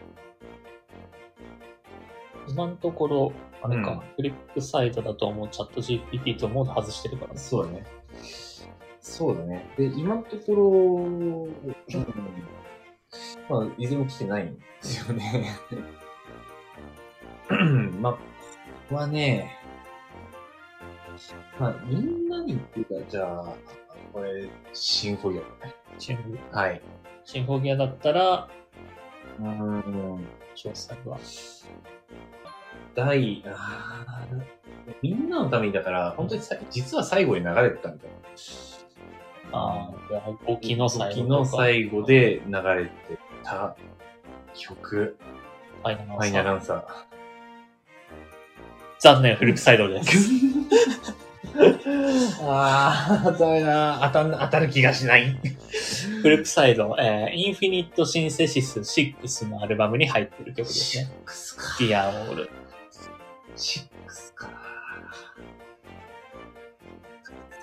[SPEAKER 1] 今のところ、あれか、
[SPEAKER 2] うん
[SPEAKER 1] フリップサイトだと思う、チャット GPT と思うと外してるからね。
[SPEAKER 2] そうだね。そうだね。で、今のところ、うんまあ、いずれも来てないんですよね。まあ、ここはね、まあ、みんなにっていうか、じゃあ、これ、新古業。
[SPEAKER 1] シンフォ
[SPEAKER 2] はい。
[SPEAKER 1] シンフォギアだったら、
[SPEAKER 2] うーん。
[SPEAKER 1] 詳細は。
[SPEAKER 2] 第、あーみんなのためにだから、本当にさ実は最後に流れてたんだよ。
[SPEAKER 1] ああ、動きの最後
[SPEAKER 2] 時
[SPEAKER 1] と
[SPEAKER 2] の
[SPEAKER 1] か。
[SPEAKER 2] 最後で流れてた曲、
[SPEAKER 1] ファイナルアン
[SPEAKER 2] フ
[SPEAKER 1] サ
[SPEAKER 2] ァ
[SPEAKER 1] ー
[SPEAKER 2] イナルアンサー。
[SPEAKER 1] 残念、フリップサイド です。
[SPEAKER 2] ああ、ダメな当たん、当たる気がしない。
[SPEAKER 1] フリップサイド、えー、インフィニットシンセシス6のアルバムに入ってる曲ですね。
[SPEAKER 2] クスか。
[SPEAKER 1] Dear All。
[SPEAKER 2] シックスか。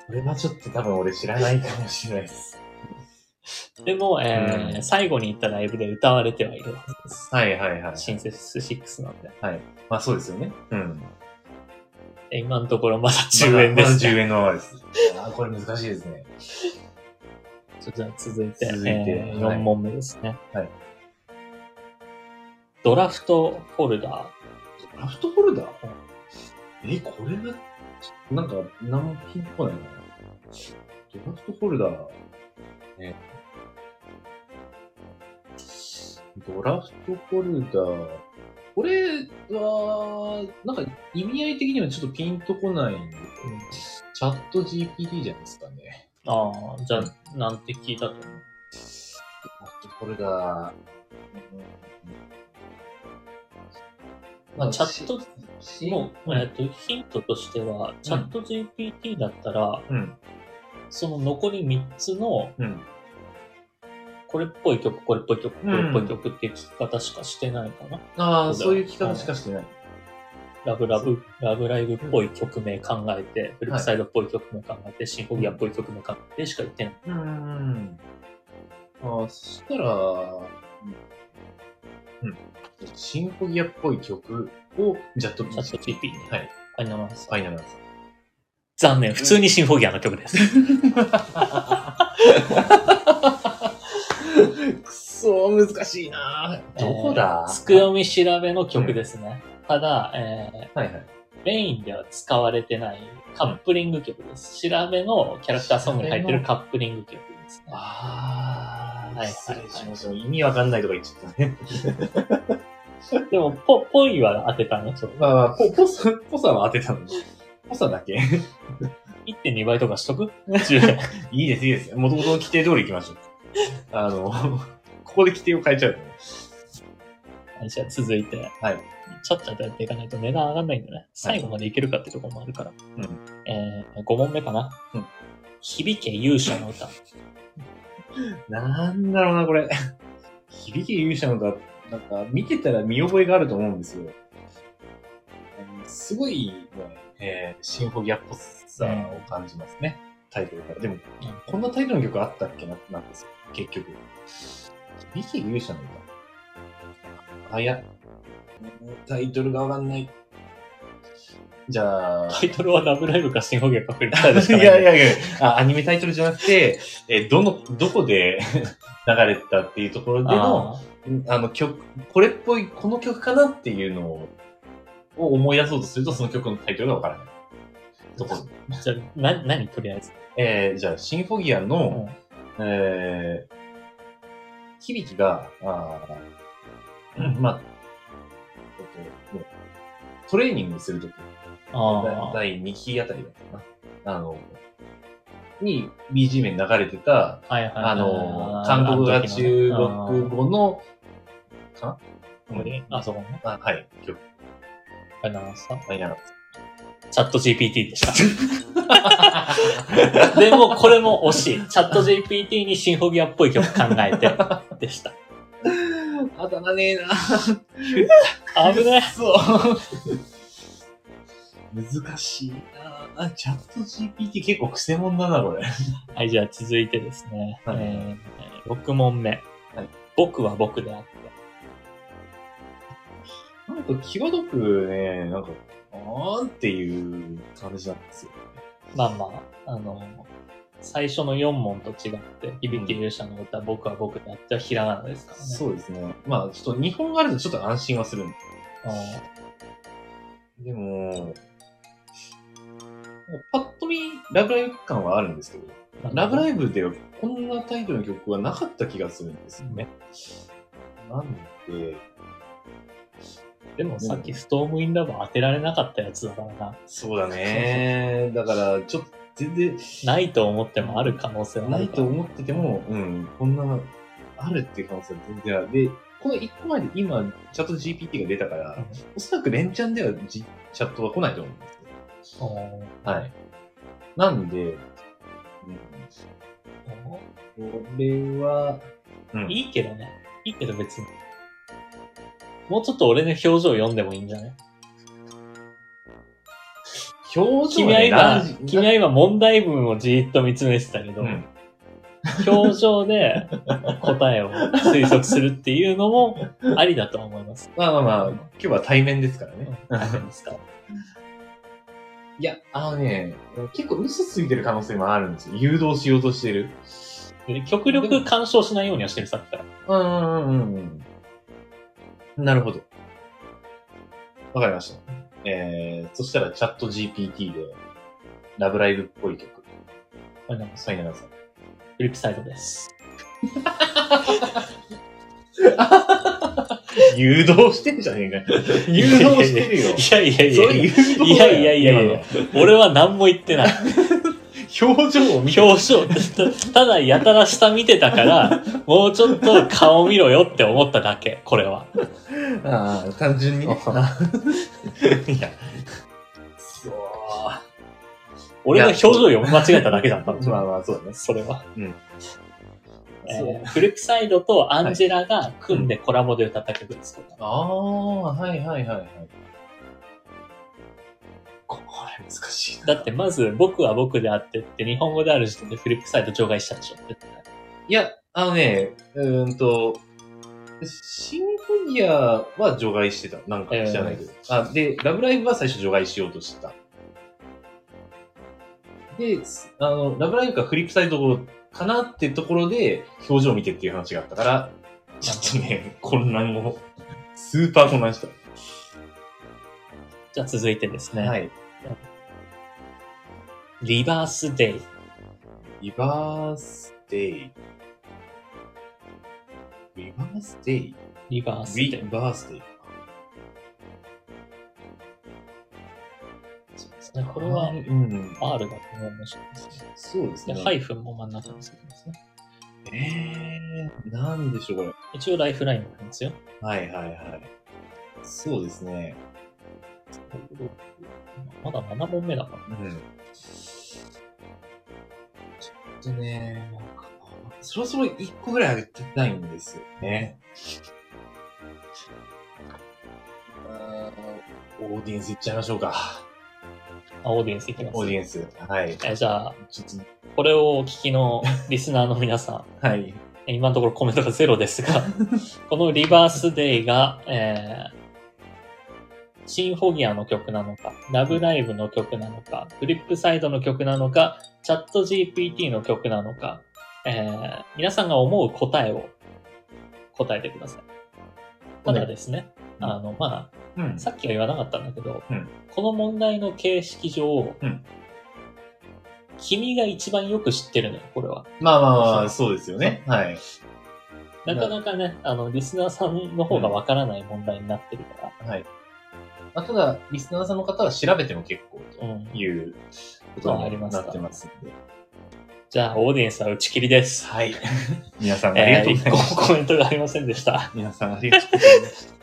[SPEAKER 2] それはちょっと多分俺知らないかもしれないです。
[SPEAKER 1] でも、えー
[SPEAKER 2] うん
[SPEAKER 1] 最後に行ったライブで歌われてはいるはずです。
[SPEAKER 2] はいはいはい。
[SPEAKER 1] シンセシス6なんで。
[SPEAKER 2] まあそうですよね。うん。
[SPEAKER 1] え今のところまだ10円です、
[SPEAKER 2] まだ10円のままです。 あーこれ難しいですね。
[SPEAKER 1] じゃあ続いて、
[SPEAKER 2] 続いて
[SPEAKER 1] えー
[SPEAKER 2] はい
[SPEAKER 1] 4問目ですね。
[SPEAKER 2] はい
[SPEAKER 1] ドラフトフォルダー。
[SPEAKER 2] ラフトホルダーえ、これが、なんか、何もピンとこないな。ドラフトホルダー、ね。ドラフトホルダー、これは、なんか意味合い的にはちょっとピンとこないんで、チャット GPT じゃないですかね。
[SPEAKER 1] ああ、じゃあ、なんて聞いたと思う。
[SPEAKER 2] ドラフトホルダー、
[SPEAKER 1] まあ、チャット、もう、えっと、ヒントとしては、チャット GPT だったら、
[SPEAKER 2] うん、
[SPEAKER 1] その残り3つの、
[SPEAKER 2] うん。
[SPEAKER 1] これっぽい曲、これっぽい曲、こ
[SPEAKER 2] うん
[SPEAKER 1] れっぽい曲っていう聞き方しかしてないかな。
[SPEAKER 2] ああ、そういう聞き方しかしてない。
[SPEAKER 1] ラブラブ、ラブライブっぽい曲名考えて、ブルックサイドっぽい曲名考えて、シンフォギアっぽい曲名考えてしか言ってない。
[SPEAKER 2] うーん。ああ、そしたら、うん。シンフォギアっぽい曲を、ジャット
[SPEAKER 1] チャット GP ね。
[SPEAKER 2] はい。
[SPEAKER 1] ありがとうございます
[SPEAKER 2] ファイナルアンサ
[SPEAKER 1] 残念、普通にシンフォギアの曲です。
[SPEAKER 2] ー。くそー、難しいなーどこだ、
[SPEAKER 1] えーつくよみ調べの曲ですね。ただ、えー
[SPEAKER 2] はいはい。
[SPEAKER 1] メインでは使われてないカップリング曲です。調べのキャラクターソングに入ってるカップリング曲ですね。
[SPEAKER 2] あ
[SPEAKER 1] はい
[SPEAKER 2] 失礼しました。意味わかんないとか言っちゃったね。
[SPEAKER 1] でも、ぽ、ぽいは当てたの、ちょっと。
[SPEAKER 2] まあまあ、ポ、ポサ、ポサは当てたのに。ポサだけ
[SPEAKER 1] 1.2倍とかしとく ?10 円。
[SPEAKER 2] いいです、いいです。もともとの規定通り行きましょう。あの、ここで規定を変えちゃうとね。
[SPEAKER 1] はいじゃあ続いて。
[SPEAKER 2] はい。
[SPEAKER 1] ちゃっちゃとやっていかないと値段上がんないんだね。最後までいけるかってところもあるから。
[SPEAKER 2] うん
[SPEAKER 1] えー、5問目かな。
[SPEAKER 2] うん
[SPEAKER 1] 響け勇者の歌。
[SPEAKER 2] なんだろうな、これ。響き勇者の歌、なんか、見てたら見覚えがあると思うんですよ。うんすごい、ねえーシンフォギアっぽさを感じますね。タイトルから。でも、こんなタイトルの曲あったっけなってなんですよ、結局。響き勇者の歌。あ、いや、タイトルがわかんない。じゃあ、
[SPEAKER 1] タイトルはラブライブか新方言かフリッターでし
[SPEAKER 2] い
[SPEAKER 1] かない。
[SPEAKER 2] やいやいやあ、アニメタイトルじゃなくて、えーどの、どこで 流れてたっていうところでの、
[SPEAKER 1] あ
[SPEAKER 2] あの曲、これっぽい、この曲かなっていうのをを思い出そうとすると、その曲のタイトルがわからない。とこ
[SPEAKER 1] ー。じゃあ、な、何とりあえず。
[SPEAKER 2] えー、じゃあ、シンフォギアの、えー、響きが、あーうんまあ、えっともうトレーニングするとき、
[SPEAKER 1] ああ。
[SPEAKER 2] 第2期あたりだったかな。あの、に BGM に流れてた、
[SPEAKER 1] はいはいはい。
[SPEAKER 2] あの、韓国が中国語の、か
[SPEAKER 1] 語で、あそこね。
[SPEAKER 2] あ、はい、曲、
[SPEAKER 1] あれなんですか
[SPEAKER 2] ファイナル
[SPEAKER 1] チャット GPT で した。でも、これも惜しい。チャット GPT にシンフォギアっぽい曲考え て、でした。
[SPEAKER 2] あたらねえな。
[SPEAKER 1] 危ね
[SPEAKER 2] そう。難しいなチャット GPT 結構癖もんだな、これ。
[SPEAKER 1] はい、じゃあ続いてですね。
[SPEAKER 2] はい
[SPEAKER 1] えー、6問目、
[SPEAKER 2] はい
[SPEAKER 1] 僕は僕であって。
[SPEAKER 2] なんか気が毒ね、なんか、あーんっていう感じなんですよ。
[SPEAKER 1] まあまあ、あの、最初の4問と違って、響き勇者の歌、僕は僕であってはひらがなですからね。
[SPEAKER 2] そうですね。まあ、ちょっと日本があるとちょっと安心はするんで
[SPEAKER 1] うん
[SPEAKER 2] でも、パッと見、ラブライブ感はあるんですけど、ラブライブではこんなタイトルの曲はなかった気がするんですよね。なんで、
[SPEAKER 1] でもさっき、ストームインラブ当てられなかったやつだからな。
[SPEAKER 2] そうだね。だから、ちょっと全然
[SPEAKER 1] ないと思ってもある可能性はあ
[SPEAKER 2] ない
[SPEAKER 1] る
[SPEAKER 2] と
[SPEAKER 1] から
[SPEAKER 2] 思ってても、うん、こんな、あるっていう可能性は全然ある。で、この一個前で今、チャット GPT が出たから、おそらく連チャンではじチャットは来ないと思うんです
[SPEAKER 1] う
[SPEAKER 2] よ。
[SPEAKER 1] ん
[SPEAKER 2] はい。なんで、うん、これは、うん
[SPEAKER 1] いいけどね。いいけど別に。もうちょっと俺の表情読んでもいいんじゃない
[SPEAKER 2] 表情
[SPEAKER 1] 君は今
[SPEAKER 2] ラジ、
[SPEAKER 1] 君は今問題文をじーっと見つめてたけど、
[SPEAKER 2] うん
[SPEAKER 1] 表情で答えを推測するっていうのもありだ とは思います。
[SPEAKER 2] まあまあまあ、今日は対面ですからね。
[SPEAKER 1] うん大変ですか
[SPEAKER 2] いや、あのね、結構嘘ついてる可能性もあるんですよ。誘導しようとしてる。
[SPEAKER 1] で極力干渉しないようにはしてる、さっきから。
[SPEAKER 2] うんうんうんうん。なるほど。わかりました。えー、そしたらチャット GPT で、ラブライブっぽい曲。
[SPEAKER 1] これなんか
[SPEAKER 2] サイナナさん。
[SPEAKER 1] フリップサイドです。
[SPEAKER 2] 誘導してんじゃねえか よ。誘導してるよ。
[SPEAKER 1] いやいやい
[SPEAKER 2] そ
[SPEAKER 1] や
[SPEAKER 2] れ
[SPEAKER 1] いや。
[SPEAKER 2] 誘導だよ
[SPEAKER 1] いやいやいやいや。俺は何も言ってない。
[SPEAKER 2] 今の表情を見て。
[SPEAKER 1] 表情、ただやたら下見てたから、もうちょっと顔見ろよって思っただけ、これは。
[SPEAKER 2] ああ、単純に ね。いや。そう。
[SPEAKER 1] 俺の表情読み間違えただけだったん
[SPEAKER 2] まあまあ、そうだね。
[SPEAKER 1] それは。
[SPEAKER 2] うん
[SPEAKER 1] え
[SPEAKER 2] そう
[SPEAKER 1] ーフリップサイドとアンジェラが組んでコラボで歌った曲です。
[SPEAKER 2] ああ、はいはいはいはい。これ難しいな。
[SPEAKER 1] だってまず、僕は僕であってって、日本語である時点でフリップサイド除外したでしょ。
[SPEAKER 2] いや、あのね、うーんと、シンフォギアは除外してた。なんか知らないけど。あ、で、ラブライブは最初除外しようとしてた。で、あの、ラブライブかフリップサイドかなってところで、表情見てっていう話があったから、ちょっとね、混乱を、スーパー混乱し
[SPEAKER 1] じゃあ続いてです
[SPEAKER 2] た。
[SPEAKER 1] ね。
[SPEAKER 2] い。
[SPEAKER 1] リバースデイ。
[SPEAKER 2] リバースデイ。リバースデイ
[SPEAKER 1] リバースデ
[SPEAKER 2] リ
[SPEAKER 1] イ。
[SPEAKER 2] バースデイ。
[SPEAKER 1] そうですね。これは
[SPEAKER 2] うん。
[SPEAKER 1] R だと面白いですね。
[SPEAKER 2] そうです
[SPEAKER 1] で、
[SPEAKER 2] ね。
[SPEAKER 1] ハイフンも真ん中にするんですね。
[SPEAKER 2] えー、なんでしょう、これ。
[SPEAKER 1] 一応ライフラインなんですよ。
[SPEAKER 2] はいはいはい。そうですね。
[SPEAKER 1] まだ7本目だから。
[SPEAKER 2] うん。ちょっとね、なんか、そろそろ1個ぐらい上げてないんですよね。あーオーディエンスいっちゃいましょうか。
[SPEAKER 1] あ、オーディエンスいきます。
[SPEAKER 2] オーディエンス。はい。
[SPEAKER 1] えじゃあ、
[SPEAKER 2] ちょっ
[SPEAKER 1] これをお聞きのリスナーの皆さん、
[SPEAKER 2] と、はい。
[SPEAKER 1] え今のところコメントがゼロです が、このリバースデイが、えーシンフォギアの曲なのか、ラブライブの曲なのか、フリップサイドの曲なのか、チャット GPT の曲なのか、えー皆さんが思う答えを答えてください。ただですね、
[SPEAKER 2] はい
[SPEAKER 1] あの、ま
[SPEAKER 2] うん
[SPEAKER 1] あ、さっきは言わなかったんだけど、
[SPEAKER 2] うん
[SPEAKER 1] この問題の形式上、
[SPEAKER 2] うん
[SPEAKER 1] 君が一番よく知ってるのよ、これは。
[SPEAKER 2] まあまあまあ、そうですよね。はい。
[SPEAKER 1] なかなかね、あの、リスナーさんの方がわからない問題になってるか
[SPEAKER 2] はい。まあ、ただ、リスナーさんの方は調べても結構
[SPEAKER 1] ら。うん
[SPEAKER 2] と。いうことになってますんで。
[SPEAKER 1] じゃあ、オーディエンスは打ち切りです。
[SPEAKER 2] はい。皆さんあり
[SPEAKER 1] え
[SPEAKER 2] がと
[SPEAKER 1] ー、
[SPEAKER 2] うご
[SPEAKER 1] 一
[SPEAKER 2] ざい
[SPEAKER 1] 個
[SPEAKER 2] ます。
[SPEAKER 1] もコメントがありませんでした。
[SPEAKER 2] 皆さんありがとうござい ます。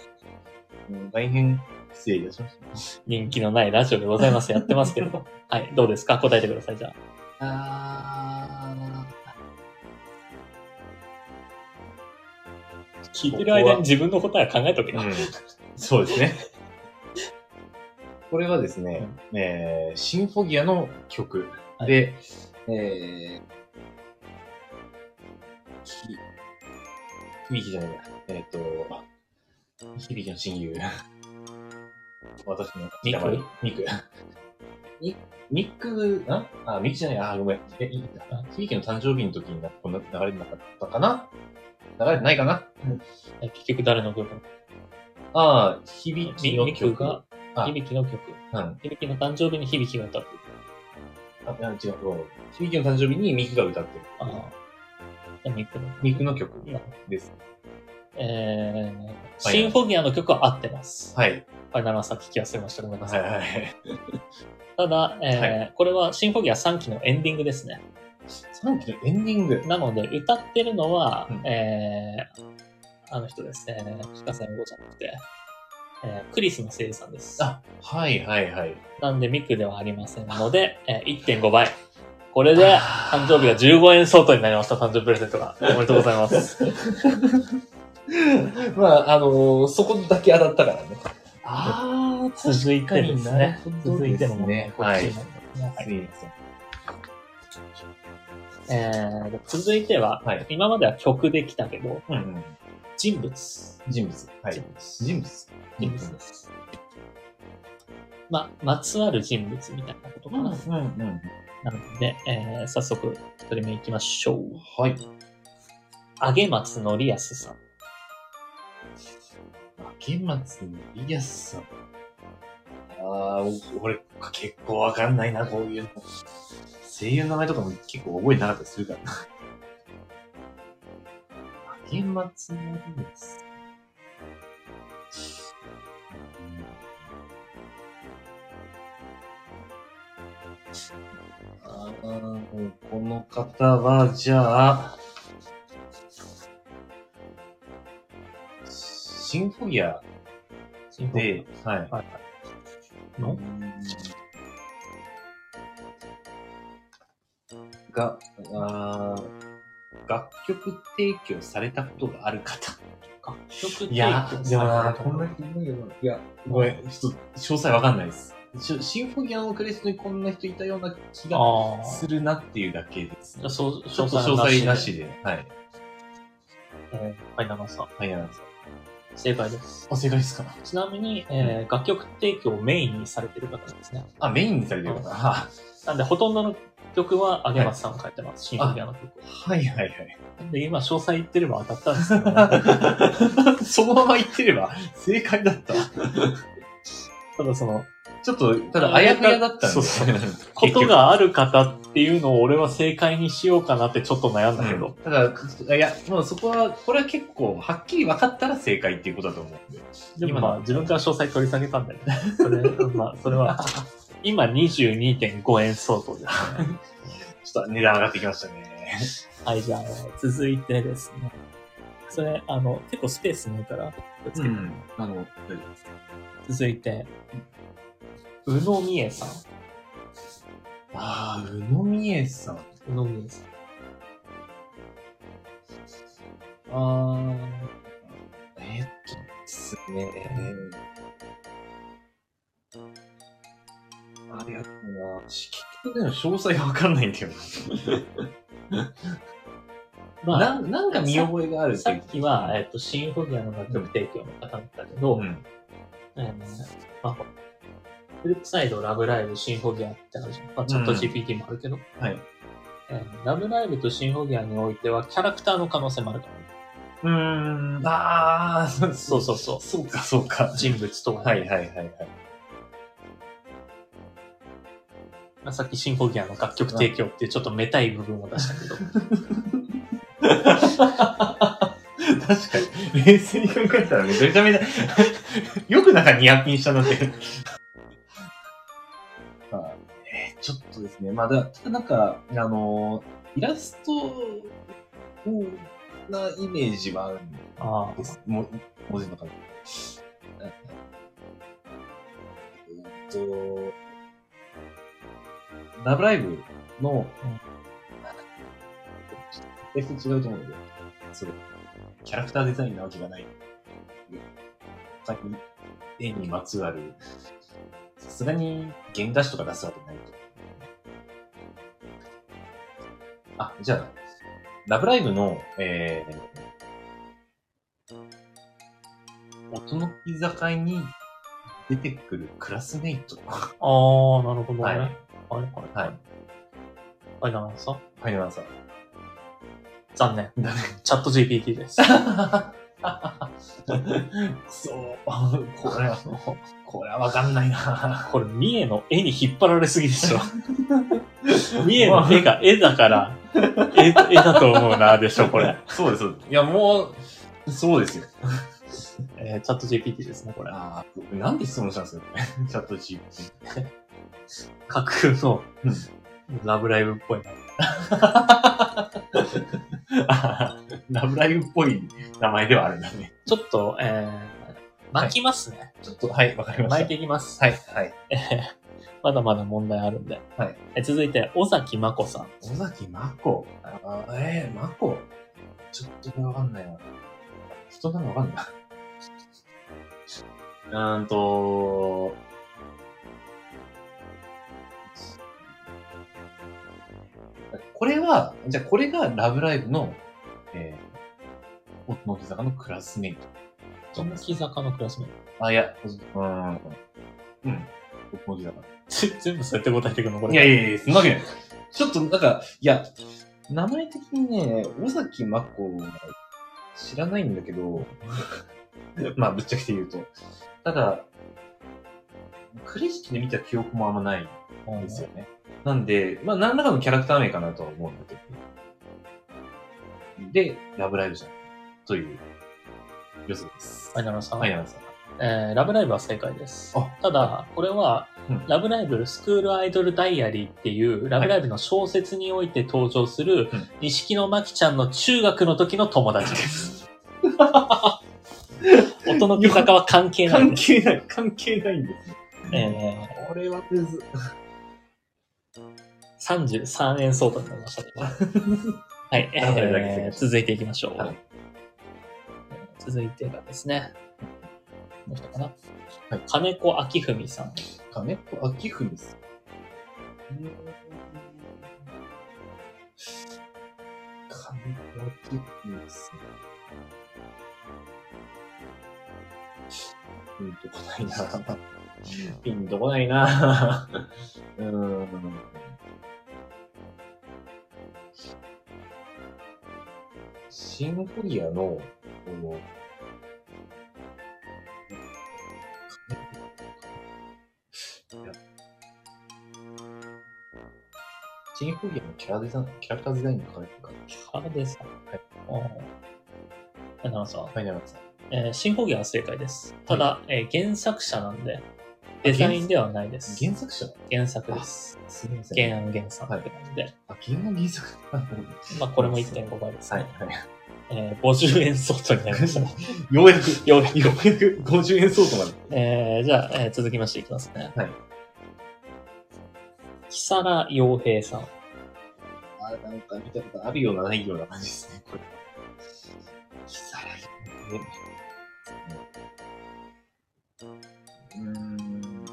[SPEAKER 2] うん大変失礼いたしまし
[SPEAKER 1] 人気のないラジオでございます。やってますけ ど。はい、どうですか答えてください、じゃあ。
[SPEAKER 2] た。あ
[SPEAKER 1] 聞いてる間に自分の答えは考えとけ
[SPEAKER 2] う
[SPEAKER 1] よ。
[SPEAKER 2] ん。そうですね。これはですね、えーシンフォギアの曲
[SPEAKER 1] はい
[SPEAKER 2] で、えー、ひ、響きじゃないな。えっ、と、あ響きの親友。 私の
[SPEAKER 1] ミク
[SPEAKER 2] 名前ミク。ミミック、ああ、ミクじゃない、あ、ごめん。え、いいんだ
[SPEAKER 1] あ。
[SPEAKER 2] 響きの誕生日の時になこんな流れてなかったかな流れてないかな
[SPEAKER 1] え結局誰の部分
[SPEAKER 2] ああ、響きの
[SPEAKER 1] ミク
[SPEAKER 2] 曲。
[SPEAKER 1] が、
[SPEAKER 2] あ
[SPEAKER 1] 響きの曲。
[SPEAKER 2] うん。
[SPEAKER 1] 響きの誕生日に響きが歌う。
[SPEAKER 2] あ、いや違う。うん響きの誕生日にミクが歌ってる。
[SPEAKER 1] ああ。じゃあミクの。
[SPEAKER 2] ミクの曲
[SPEAKER 1] 今
[SPEAKER 2] です。
[SPEAKER 1] えー、シンフォギアの曲は合ってます。
[SPEAKER 2] はい。
[SPEAKER 1] ファイナルアンサー聞き忘れました。ごめんな
[SPEAKER 2] は
[SPEAKER 1] さ
[SPEAKER 2] い
[SPEAKER 1] い。
[SPEAKER 2] はい。
[SPEAKER 1] ただ、えーこれはシンフォギア3期のエンディングですね。
[SPEAKER 2] 3期のエンディング。
[SPEAKER 1] なので、歌ってるのは、
[SPEAKER 2] うん
[SPEAKER 1] えーあの人ですね。キカセンゴじゃなくて、えークリスのせいさんです。
[SPEAKER 2] あ、はいはいはい。
[SPEAKER 1] なんでミクではありませんので、えー1.5倍。これで、誕生日が15円相当になりました。誕生日プレゼントが。おめでとうござい ます。
[SPEAKER 2] まあ、あのーそこだけ当たったからね。ああ、
[SPEAKER 1] 続いてですね。続いての問題
[SPEAKER 2] ね。
[SPEAKER 1] こ
[SPEAKER 2] は
[SPEAKER 1] っち
[SPEAKER 2] い。
[SPEAKER 1] になりますね
[SPEAKER 2] すいません。
[SPEAKER 1] はいえー続いては、
[SPEAKER 2] はい
[SPEAKER 1] 今までは曲できたけど、
[SPEAKER 2] うん
[SPEAKER 1] 人物。
[SPEAKER 2] うん。人物。はい
[SPEAKER 1] 人。物。
[SPEAKER 2] 人物。
[SPEAKER 1] 人物です。まあ、まつわる人物みたいなことかな。
[SPEAKER 2] うんうん。
[SPEAKER 1] なので、えー早速、一人目いきましょう。
[SPEAKER 2] はい。
[SPEAKER 1] 揚松のりやすさん。
[SPEAKER 2] 明松のリアスさん。ああ、お俺、結構わかんないな、こういうの。声優の名前とかも結構覚えてなかったりするからな。明松のリアスさん。あーこの方は、じゃあ、シンフォギアで、はい。
[SPEAKER 1] はいはい、の
[SPEAKER 2] が、あー楽曲提供されたことがある方。
[SPEAKER 1] 楽曲
[SPEAKER 2] いや、でもな、こん
[SPEAKER 1] な
[SPEAKER 2] な人いないよな。いや、ごめん、ちょっと詳細わかんないです。しシンフォギアのクレジットにこんな人いたような気が
[SPEAKER 1] ああ。
[SPEAKER 2] するなっていうだけです。
[SPEAKER 1] じ
[SPEAKER 2] ち
[SPEAKER 1] ゃあ、そう詳
[SPEAKER 2] ょっと詳細なし。で。はい。
[SPEAKER 1] えー、はい、長さん。
[SPEAKER 2] はい、なんです
[SPEAKER 1] 正解です。
[SPEAKER 2] あ、正解ですか
[SPEAKER 1] ちなみに、えー楽曲提供をメインにされてる方なんですね。
[SPEAKER 2] あ、メインにされてる方。あ
[SPEAKER 1] なんで、ほとんどの曲は揚松さんが書いてます。シンフォギアの曲。
[SPEAKER 2] はいはいはい。
[SPEAKER 1] で、今、詳細言ってれば当たったん ですけど、
[SPEAKER 2] そのまま言ってれば正解だった。
[SPEAKER 1] ただその、
[SPEAKER 2] ちょっと、ただあやふやだったんで。
[SPEAKER 1] そうそう
[SPEAKER 2] 結局
[SPEAKER 1] ことがある方っていうのを俺は正解にしようかなってちょっと悩んだけど。
[SPEAKER 2] ただ、ちょっといや、もうそこは、これは結構、はっきり分かったら正解っていうことだと思うんで。
[SPEAKER 1] でもまあ
[SPEAKER 2] 今
[SPEAKER 1] 自分から詳細取り下げたんだよね。それ、まあそ れは、今22.5円相当です。
[SPEAKER 2] ちょっと値段上がってきましたね。
[SPEAKER 1] はい、じゃあ続いてですね。それ、あの、結構スペースないから、気をつけて
[SPEAKER 2] ん。あの、大丈夫です。
[SPEAKER 1] 続いて、宇野美恵さん。
[SPEAKER 2] ああ、宇野美恵さん。
[SPEAKER 1] 宇野美恵さん。
[SPEAKER 2] ああ、えっとですね。ありがとうな。結局でも詳細わかんないんだよ
[SPEAKER 1] ま
[SPEAKER 2] な。
[SPEAKER 1] あ、
[SPEAKER 2] ななんか見覚えがある
[SPEAKER 1] さっきは、え
[SPEAKER 2] え
[SPEAKER 1] っと、シンフォギアの楽曲提供の方だったけど、
[SPEAKER 2] うん。
[SPEAKER 1] えーまあ、フループサイド、ラブライブ、シンフォギアってあるじゃん。まあ、チャット
[SPEAKER 2] うん
[SPEAKER 1] GPT もあるけど、
[SPEAKER 2] はい
[SPEAKER 1] えーラブライブとシンフォギアにおいては、キャラクターの可能性もあるからね、
[SPEAKER 2] うーん。ああ、そう
[SPEAKER 1] そうそうそ
[SPEAKER 2] そうか、そうか
[SPEAKER 1] う。。人物とは、
[SPEAKER 2] はいはいはいはい。
[SPEAKER 1] まあさっきシンフォギアの楽曲提供っていうちょっとめたい部分を出したけ ど、
[SPEAKER 2] 確かに。冷静に考えたらめちゃめちゃめちゃ、 よくなんかニアピンしたなって。まあえーちょっとですね。まあ、だただなんか、あのーイラストなイメージはあるん
[SPEAKER 1] ああ
[SPEAKER 2] です。も文字の感じ。えーっと、ラブライブの、テイスト違うと思うので、それ、キャラクターデザインなわけがない。さっき、絵にまつわる、さすがに原画紙とか出すわけないと。あ、じゃあ、ラブライブの、えー、音の居酒屋に出てくるクラスメイト。は
[SPEAKER 1] あー、なるほどね。
[SPEAKER 2] は
[SPEAKER 1] はいい、はい、はい。
[SPEAKER 2] い。
[SPEAKER 1] はい、長野さん。
[SPEAKER 2] ファイナルアンサー。
[SPEAKER 1] 残念。
[SPEAKER 2] だね。
[SPEAKER 1] チャット GPT です。
[SPEAKER 2] くそー。これは、これはわかんないな
[SPEAKER 1] これ、三重の絵に引っ張られすぎで しょ。三重の絵が絵だから、絵絵だと思うな、でしょ、こ れ。。
[SPEAKER 2] そうです、そうです。いや、もう、そうですよ。
[SPEAKER 1] えーチャット GPT ですね、これ。
[SPEAKER 2] ああ、なんで質問したんですかね。チャット GPT。
[SPEAKER 1] 架空の
[SPEAKER 2] うん
[SPEAKER 1] ラブライブっぽいな。
[SPEAKER 2] あーラブライブっぽい名前ではあるんだね。
[SPEAKER 1] ちょっと、えー、巻きますね。
[SPEAKER 2] ちょっと、はい、わかりま
[SPEAKER 1] 巻い
[SPEAKER 2] して
[SPEAKER 1] いきます。
[SPEAKER 2] た。はい、はい。
[SPEAKER 1] えーまだまだ問題あるんで。
[SPEAKER 2] はい
[SPEAKER 1] えー続いて、尾崎真子さん。
[SPEAKER 2] 尾崎真子。あーえー、真子。ちょっとこれわかんないな。人なのわかんない。うーんと、これは、じゃあこれがラブライブの、えー、お乃木坂のクラスメイト。
[SPEAKER 1] ドンキ坂のクラスメイト。
[SPEAKER 2] あ、いや、うーん。うん。 6文字だか
[SPEAKER 1] ぜ 全部そうやって答えていくのこ
[SPEAKER 2] ら。
[SPEAKER 1] れ。
[SPEAKER 2] いやいやいや、そんなわけない。ちょっとなんか、いや、名前的にね、尾崎真子は知らないんだけど、 まあぶっちゃけて言うと。ただ、クレジットで見た記憶もあんまない
[SPEAKER 1] うん
[SPEAKER 2] んですよね。なんで、まあ何らかのキャラクター名かなとは思うんだけど。で、ラブライブじゃん。という予想です。
[SPEAKER 1] ファイナルアンサー
[SPEAKER 2] はい、アナさん。
[SPEAKER 1] えーラブライブは正解です
[SPEAKER 2] あ。
[SPEAKER 1] ただ、これは、
[SPEAKER 2] うん
[SPEAKER 1] ラブライブスクールアイドルダイアリーっていう、ラブライブの小説において登場する
[SPEAKER 2] うん、
[SPEAKER 1] 錦野真紀ちゃんの中学の時の友達 です。音の坂は関係ない
[SPEAKER 2] 関
[SPEAKER 1] です。
[SPEAKER 2] 係ない、関係ないんですね。
[SPEAKER 1] え
[SPEAKER 2] これはむず。
[SPEAKER 1] ー、33円相当になりましたね。 はい、
[SPEAKER 2] ラブライブだけ正
[SPEAKER 1] え
[SPEAKER 2] 解
[SPEAKER 1] ー続いていきましょう。
[SPEAKER 2] はい
[SPEAKER 1] 続いてがですね、この人かな。
[SPEAKER 2] はい
[SPEAKER 1] 金子明文さん。
[SPEAKER 2] 金子明文さん。金子明文さん。ピンとこないな。ピンとこないな。うーん。シンフォリアの、この、シンフォリアのキャラデザイン、キャラクターデザインに書かれてるかな。
[SPEAKER 1] キャラデザイン。はい。あのさん、
[SPEAKER 2] ファイナルアンサー
[SPEAKER 1] えー、新方言は正解です。ただ、えー原作者なんで、デザインではないです。
[SPEAKER 2] 原作者
[SPEAKER 1] 原作です。
[SPEAKER 2] すみません。
[SPEAKER 1] 原案原作なんで、
[SPEAKER 2] あ、原案原作
[SPEAKER 1] まあこれも1.5倍です
[SPEAKER 2] は
[SPEAKER 1] ね。
[SPEAKER 2] い、はい。
[SPEAKER 1] えー、50円相当になりました ね。
[SPEAKER 2] ようやく、ようやく、ようやく50円相当まで。
[SPEAKER 1] えー、じゃあ、えー続きましていきますね。
[SPEAKER 2] はい。
[SPEAKER 1] 木更洋平さん。
[SPEAKER 2] あ、なんか見たことあるようなないような感じですね、これ。キサラね。うーん。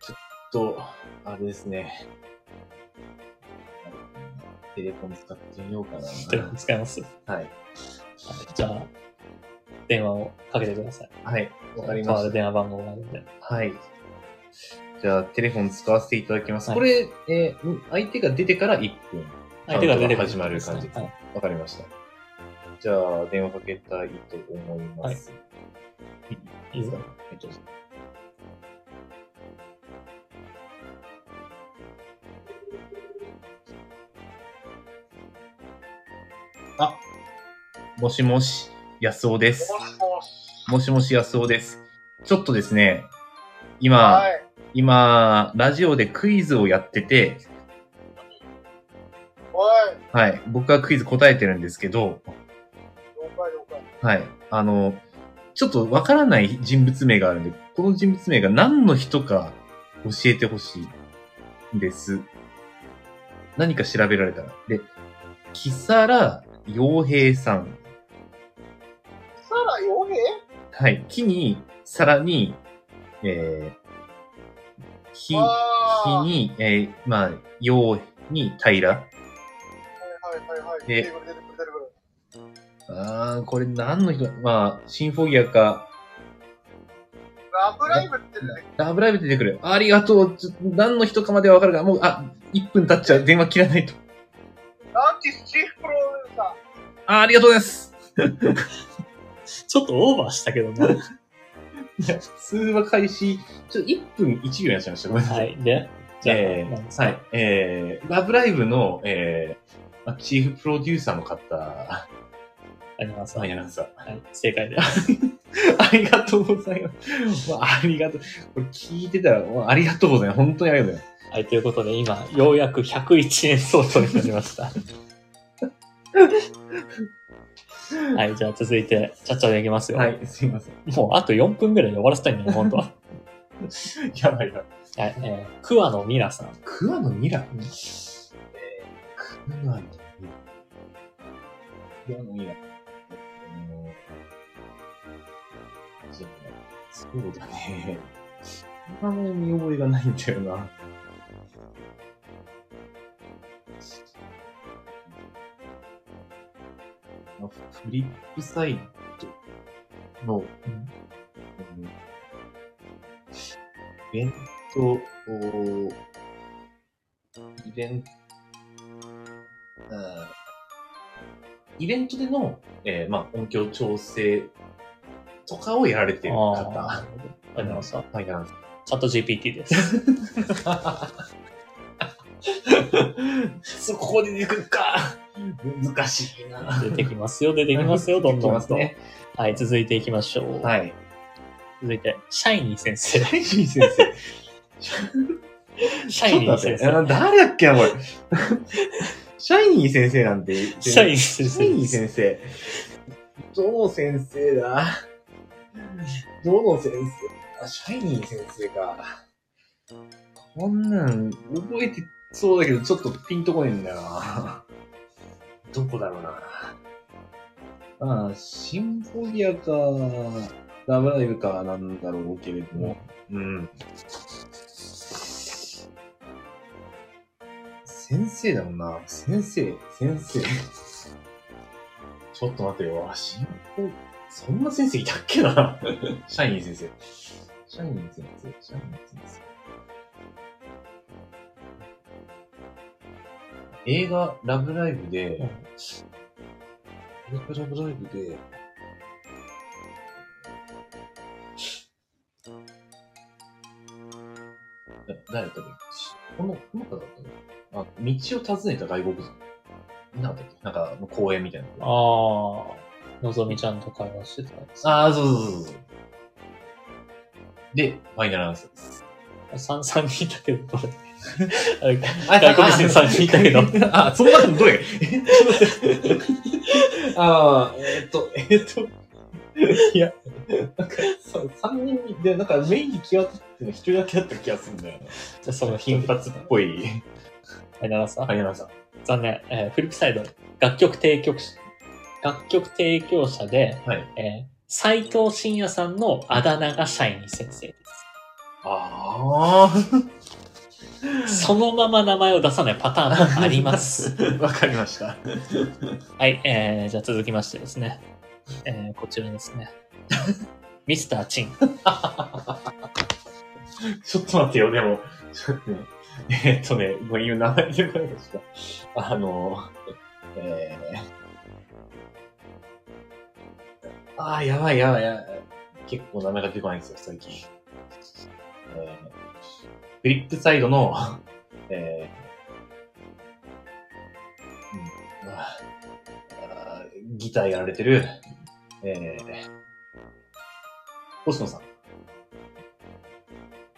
[SPEAKER 2] ちょっと、あれですね。テレコン使ってみようか
[SPEAKER 1] テレフォン
[SPEAKER 2] な。
[SPEAKER 1] 使います、はい、
[SPEAKER 2] はい。
[SPEAKER 1] じゃあ、電話をかけてください。
[SPEAKER 2] はい。わかり
[SPEAKER 1] と
[SPEAKER 2] ま
[SPEAKER 1] ある
[SPEAKER 2] した。
[SPEAKER 1] 電話番号があるんで。
[SPEAKER 2] はい。じゃあ、テレフォン使わせていただきます。
[SPEAKER 1] はい
[SPEAKER 2] これ、えーうん相手が出てから1分。
[SPEAKER 1] 相手が出てくる
[SPEAKER 2] 始まる感じです
[SPEAKER 1] はい
[SPEAKER 2] ね。わかりました。じゃあ、電話かけたいと思います。
[SPEAKER 1] いいですか
[SPEAKER 2] えっとあ、もしもし、安尾です。もしもし、安尾です。ちょっとですね、今、
[SPEAKER 3] はい。
[SPEAKER 2] 今、ラジオでクイズをやってて、
[SPEAKER 3] はい。
[SPEAKER 2] はい、僕がクイズ答えてるんですけど、
[SPEAKER 3] 了解了解。
[SPEAKER 2] はい。あの、ちょっとわからない人物名があるんで、この人物名が何の人か教えてほしいんです。何か調べられたら。で、木更洋平さん。
[SPEAKER 3] さら洋平
[SPEAKER 2] はい。木に、さらに、えー、木、木
[SPEAKER 3] あー
[SPEAKER 2] に、えー、まあ、洋に平。
[SPEAKER 3] はいはいはい。
[SPEAKER 2] で
[SPEAKER 3] 出てくる出てくる出てくる。
[SPEAKER 2] あー、これ何の人まあ、シンフォギアか、
[SPEAKER 3] ラブライブってね、
[SPEAKER 2] ラブライブ出てくる。ありがとう。ちょ何の人かまではわかるが、もう、あ、1分経っちゃう。電話切らないと。
[SPEAKER 3] アンチスチーフプロデューサ
[SPEAKER 2] あありがとうございます。
[SPEAKER 1] ちょっとオーバーしたけどね。
[SPEAKER 2] 通話開始、ちょっと1分1秒になっちゃいました。 ごめんなさい。
[SPEAKER 1] はい。で、じゃあ、
[SPEAKER 2] え
[SPEAKER 1] 何です
[SPEAKER 2] ー、
[SPEAKER 1] か
[SPEAKER 2] はい。えー、ラブライブの、えー、まあチーフプロデューサーの方、
[SPEAKER 1] あります。
[SPEAKER 2] マ
[SPEAKER 1] は
[SPEAKER 2] イ
[SPEAKER 1] い、
[SPEAKER 2] アナウンサー。
[SPEAKER 1] 正解です。
[SPEAKER 2] ありがとうございます。まあ、ありがとう。これ聞いてたら、まあ、ありがとうございます。本当にありがとうございま
[SPEAKER 1] はい、ということで、今、ようやく101円相当になりま した。はい、じゃあ続いて、ちゃっちゃでいきます
[SPEAKER 2] す。
[SPEAKER 1] よ。
[SPEAKER 2] はい、すいません。
[SPEAKER 1] もうあと4分ぐらいで終わらせたいんだよ、 本当は。は
[SPEAKER 2] やばいやばい。
[SPEAKER 1] い、えー、桑野美奈さん。
[SPEAKER 2] 桑野ミラ。えー、桑野ミラ。桑野ミラ。あのそうだね。名前に見覚えがないんだよな。まあフリップサイドの、うん、弁と、おーイベント、あーイベントでの、えーまあ、音響調整とかをやられてる
[SPEAKER 1] あ
[SPEAKER 2] 方。
[SPEAKER 1] あー、ありがとうございます。
[SPEAKER 2] ファイナンス。
[SPEAKER 1] チャット GPT です。
[SPEAKER 2] そうここで行くか難しいな。
[SPEAKER 1] 出てきますよ、出てきますよ、どんどん
[SPEAKER 2] 出てき
[SPEAKER 1] と。
[SPEAKER 2] ますね
[SPEAKER 1] はい、続いていきましょう。
[SPEAKER 2] はい。
[SPEAKER 1] 続いて、シャイニー先 生。
[SPEAKER 2] 大臣先生。
[SPEAKER 1] シ
[SPEAKER 2] シ
[SPEAKER 1] ャイニー先生。
[SPEAKER 2] 誰だっけな、こ れ。シャイニー先生なんて。
[SPEAKER 1] シャイニー先
[SPEAKER 2] シャイニー
[SPEAKER 1] 生。
[SPEAKER 2] 先生。どの先生だどの先生あ、シャイニー先生か。こんなん、覚えてそうだけど、ちょっとピンとこねえんだよな。どこだろうな。ああ、シンフォギアか、ラブライブかなんだろうけれども。うん。先生だもんな。先生、先生。ちょっと待ってよ。シンフォそんな先生いたっけ なシャイニー先生。シャイニー先生、シャイニー先生。映画、ラブライブで、
[SPEAKER 1] うん
[SPEAKER 2] 映画ラブライブで、だ誰だったっけこの、この方だったのあ、道を訪ねた外国人。いなかったっけなんか、公園みたいなとこ。
[SPEAKER 1] ああ、のぞみちゃんと会話してたやつ。
[SPEAKER 2] ああ、そうそうそうそう。で、ファイナルアンサーです。
[SPEAKER 1] 三三人いたけど、どれあれ外国人3人いたけど。
[SPEAKER 2] あ、その中のどれ ああ、えーっと、えーっと、いや、なんか、さ三人で、なんかメインに際立ってるの一人だけだった気がするんだよな。
[SPEAKER 1] じゃあその頻発。
[SPEAKER 2] っぽい。
[SPEAKER 1] はい、奈良さん。
[SPEAKER 2] ファイナルアンサー。
[SPEAKER 1] 残念。えーフリップサイド、楽曲提供し、楽曲提供者で、
[SPEAKER 2] はい。
[SPEAKER 1] え斎藤慎也さんのあだ名がシャイニー先生で
[SPEAKER 2] あ
[SPEAKER 1] す。そのまま名前を出さないパターンもあり ます。
[SPEAKER 2] あ、わかりました。
[SPEAKER 1] はい、えー、じゃあ続きましてですね。えー、こちらですね。 ミスターチン。
[SPEAKER 2] ちょっと待ってよ、でも、ちょっとね、えーっとね、もう言う名前でございました。あの、えー、あー、やばいやばいやばい。結構名前が出てこないんですよ、最近。えー、フリップサイドの、えー、うん、あーあーギターやられてる、えー、星野さん。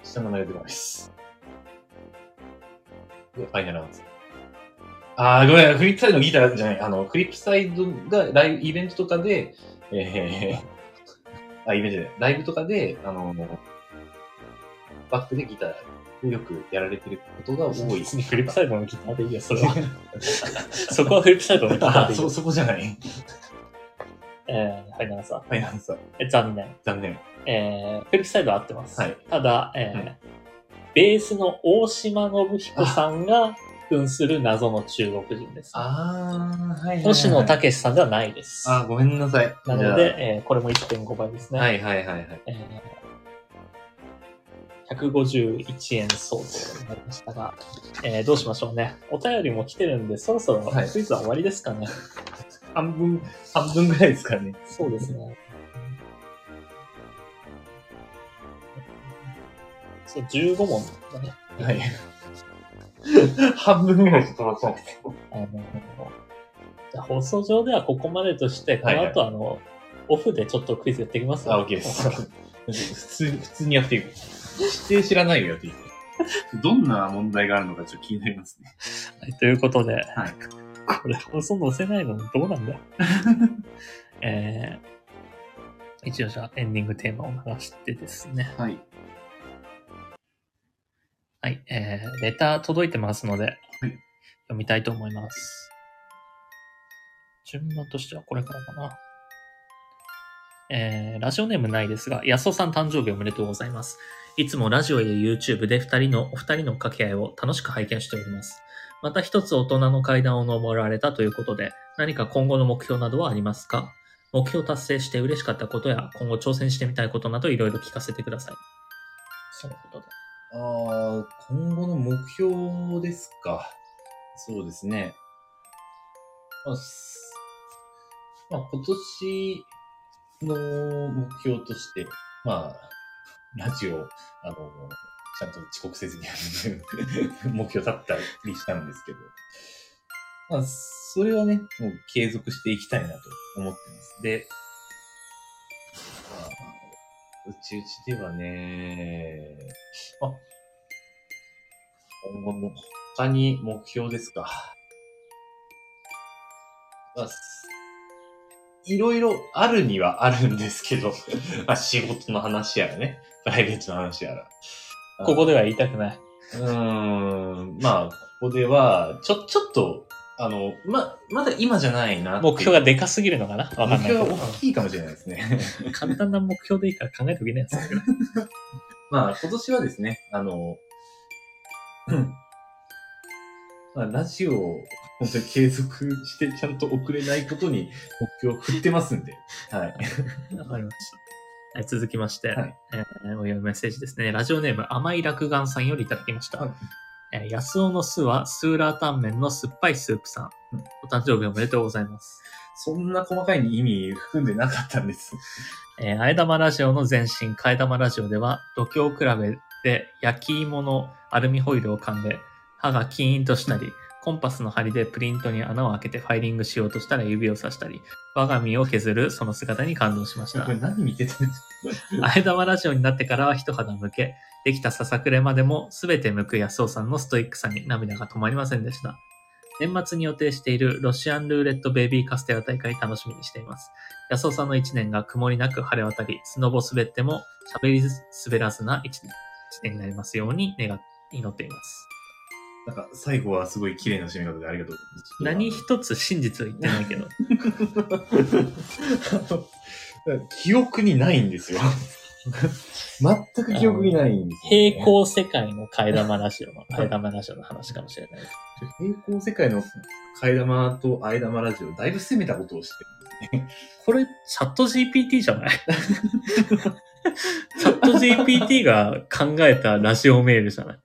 [SPEAKER 2] 下の名前が出てこないです。でファイナルアンサー。あー、ごめん、フリップサイドのギターじゃない。あの、フリップサイドがライブ、イベントとかで、えー、あ、 イベントじゃない。ライブとかで、あの、バックでギターをよくやられてることが多い。
[SPEAKER 1] 別にフリップサイドのギターでいいよ、それは。そこはフリップサイドのギター
[SPEAKER 2] あ
[SPEAKER 1] でいい
[SPEAKER 2] そ、
[SPEAKER 1] よ。
[SPEAKER 2] そこじゃない。
[SPEAKER 1] えー、はい、奈良さん。
[SPEAKER 2] ファイナルアンサー。
[SPEAKER 1] え残念。
[SPEAKER 2] 残念。
[SPEAKER 1] えー、フリップサイドは合ってます。
[SPEAKER 2] はい
[SPEAKER 1] ただ、えーベースの大島信彦さんが扮する謎の中国人です。
[SPEAKER 2] あー、はい、はい。
[SPEAKER 1] 星野武さんではないです。
[SPEAKER 2] あー、ごめんなさい。
[SPEAKER 1] なので、えーこれも1.5倍です
[SPEAKER 2] じ
[SPEAKER 1] ね。
[SPEAKER 2] ゃあ、はいはいはいはい。
[SPEAKER 1] えー151円相当になりましたが、えーどうしましょうね。お便りも来てるんで、そろそろ
[SPEAKER 2] はい
[SPEAKER 1] クイズは終わりですかね。
[SPEAKER 2] 半分、半分ぐらいですかね。
[SPEAKER 1] そうです ね。そう、15問だね。
[SPEAKER 2] はい。半分ぐらいちょっと待って
[SPEAKER 1] あの、じゃあ放送上ではここまでとして、こ
[SPEAKER 2] はいは
[SPEAKER 1] の
[SPEAKER 2] い
[SPEAKER 1] 後、あの、オフでちょっとクイズやってきます
[SPEAKER 2] あ、OK です。普通、普通にやっていく。指定知らないよ、やっていく。どんな問題があるのかちょっと気になりますね。
[SPEAKER 1] はい ということで、
[SPEAKER 2] はい
[SPEAKER 1] これ放送載せないのどうなんだ えー、一応じゃあエンディングテーマを流してですね。
[SPEAKER 2] はい。
[SPEAKER 1] はい、えー、レター届いてますので、読みたいと思います。順番としてはこれからかな。えー、ラジオネームないですが、安尾さん誕生日おめでとうございます。いつもラジオや YouTube で二人の、お二人の掛け合いを楽しく拝見しております。また一つ大人の階段を登られたということで、何か今後の目標などはありますか目標達成して嬉しかったことや、今後挑戦してみたいことなどいろいろ聞かせてください。そのことで。
[SPEAKER 2] ああ、今後の目標ですか。そうですね。まあ、すまあ、今年の目標として、まあ、ラジオ、あの、ちゃんと遅刻せずにやる 目標だったりしたんですけど、まあ、それはね、もう継続していきたいなと思ってます。で、まあうちうちではね、あ、今後の他に目標ですか。まあ、すいろいろあるにはあるんです けど、まあ仕事の話やらね、プライベートの話やら。
[SPEAKER 1] ここでは言いたくない。
[SPEAKER 2] うーん、まあ、ここでは、ちょ、ちょっと、あの、ま、まだ今じゃないなっていう
[SPEAKER 1] 目標がでかすぎるのかなわかんない
[SPEAKER 2] 目
[SPEAKER 1] け
[SPEAKER 2] 標
[SPEAKER 1] ど。
[SPEAKER 2] が大きいかもしれないですね。
[SPEAKER 1] 簡単な目標でいいから考えておけないやつだけど。
[SPEAKER 2] まあ、今年はですね、あの、 まあ、ラジオを本当に継続してちゃんと遅れないことに目標を振ってますんで、はい。
[SPEAKER 1] わかりました。はい、続きまして、
[SPEAKER 2] はい
[SPEAKER 1] えーお読みメッセージですね。ラジオネーム、甘い落眼さんよりいただきました。
[SPEAKER 2] はい
[SPEAKER 1] えー安尾の酢は、スーラータンメンの酸っぱいスープさん。
[SPEAKER 2] うん
[SPEAKER 1] お誕生日おめでとうございます。
[SPEAKER 2] そんな細かい意味含んでなかったんです。
[SPEAKER 1] えー、あえ玉ラジオの前身、かえ玉ラジオでは、度胸比べで焼き芋のアルミホイルを噛んで、歯がキーンとしたり、コンパスの針でプリントに穴を開けてファイリングしようとしたら指を刺したり、我が身を削るその姿に感動しまし
[SPEAKER 2] こ
[SPEAKER 1] た
[SPEAKER 2] れ。何見てたんですか
[SPEAKER 1] あえ玉ラジオになってからは一肌向け、できたささくれまでも全て向く安尾さんのストイックさに涙が止まりませんでした。年末に予定しているロシアンルーレットベイビーカステラ大会楽しみにしています。安尾さんの一年が曇りなく晴れ渡り、スノボ滑っても喋りず滑らずな一年一年になりますように願い祈っています。
[SPEAKER 2] なんか、最後はすごい綺麗な締め方でありがとうござい
[SPEAKER 1] 何
[SPEAKER 2] ます。
[SPEAKER 1] 一つ真実を言ってないけど、
[SPEAKER 2] 何記憶にないんですよ。全く記憶にないんですよね、
[SPEAKER 1] 平行世界の替え玉ラジオの、替え玉ラジオの話かもしれない。
[SPEAKER 2] 平行世界の替え玉とあえ玉ラジオ、だいぶ攻めたことをして
[SPEAKER 1] これ、チャット GPT じゃないチャット GPT が考えたラジオメールじゃない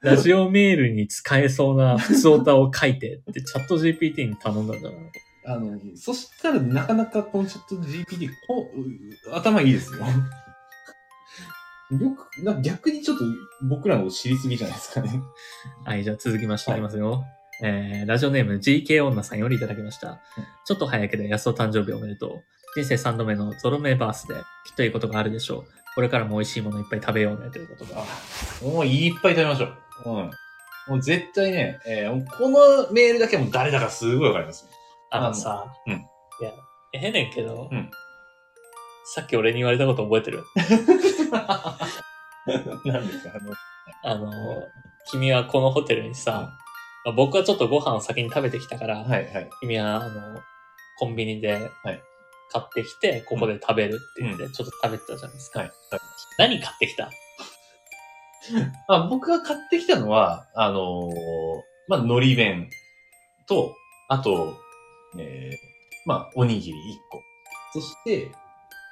[SPEAKER 1] ラジオメールに使えそうな普通歌を書いてってチャット GPT に頼んだんじゃない
[SPEAKER 2] る。あの、そしたらなかなかこのチャット GPT、こう、頭いいですよ。よく、なんか逆にちょっと僕らの知りすぎじゃないですかね。
[SPEAKER 1] はい、じゃあ続きましていきますよ。えー、ラジオネーム GK 女さんよりいただきました。ちょっと早いけど安尾誕生日おめでとう。人生3度目のゾロ目バースできっといいことがあるでしょう。これからも美味しいものいっぱい食べようねということで。
[SPEAKER 2] あもういっぱい食べましょう。うん。もう絶対ね、えーこのメールだけはもう誰だかすごいわかります。
[SPEAKER 1] あのさ、
[SPEAKER 2] うん
[SPEAKER 1] いや、ええねんけど、
[SPEAKER 2] うん
[SPEAKER 1] さっき俺に言われたこと覚えて る
[SPEAKER 2] なんですか
[SPEAKER 1] あ
[SPEAKER 2] あの
[SPEAKER 1] の、君はこのホテルにさ、まあ僕はちょっとご飯を先に食べてきたから、
[SPEAKER 2] はいはい。
[SPEAKER 1] 君はあの、コンビニで買
[SPEAKER 2] い
[SPEAKER 1] ってきて、ここで食べるって言って、
[SPEAKER 2] う
[SPEAKER 1] ちょっと食べてたじゃないですか。
[SPEAKER 2] はい食べ
[SPEAKER 1] 何買ってきた
[SPEAKER 2] まあ、僕が買ってきたのは、あのーまあ、海苔弁と、あと、えー、まあ、おにぎり1個。そして、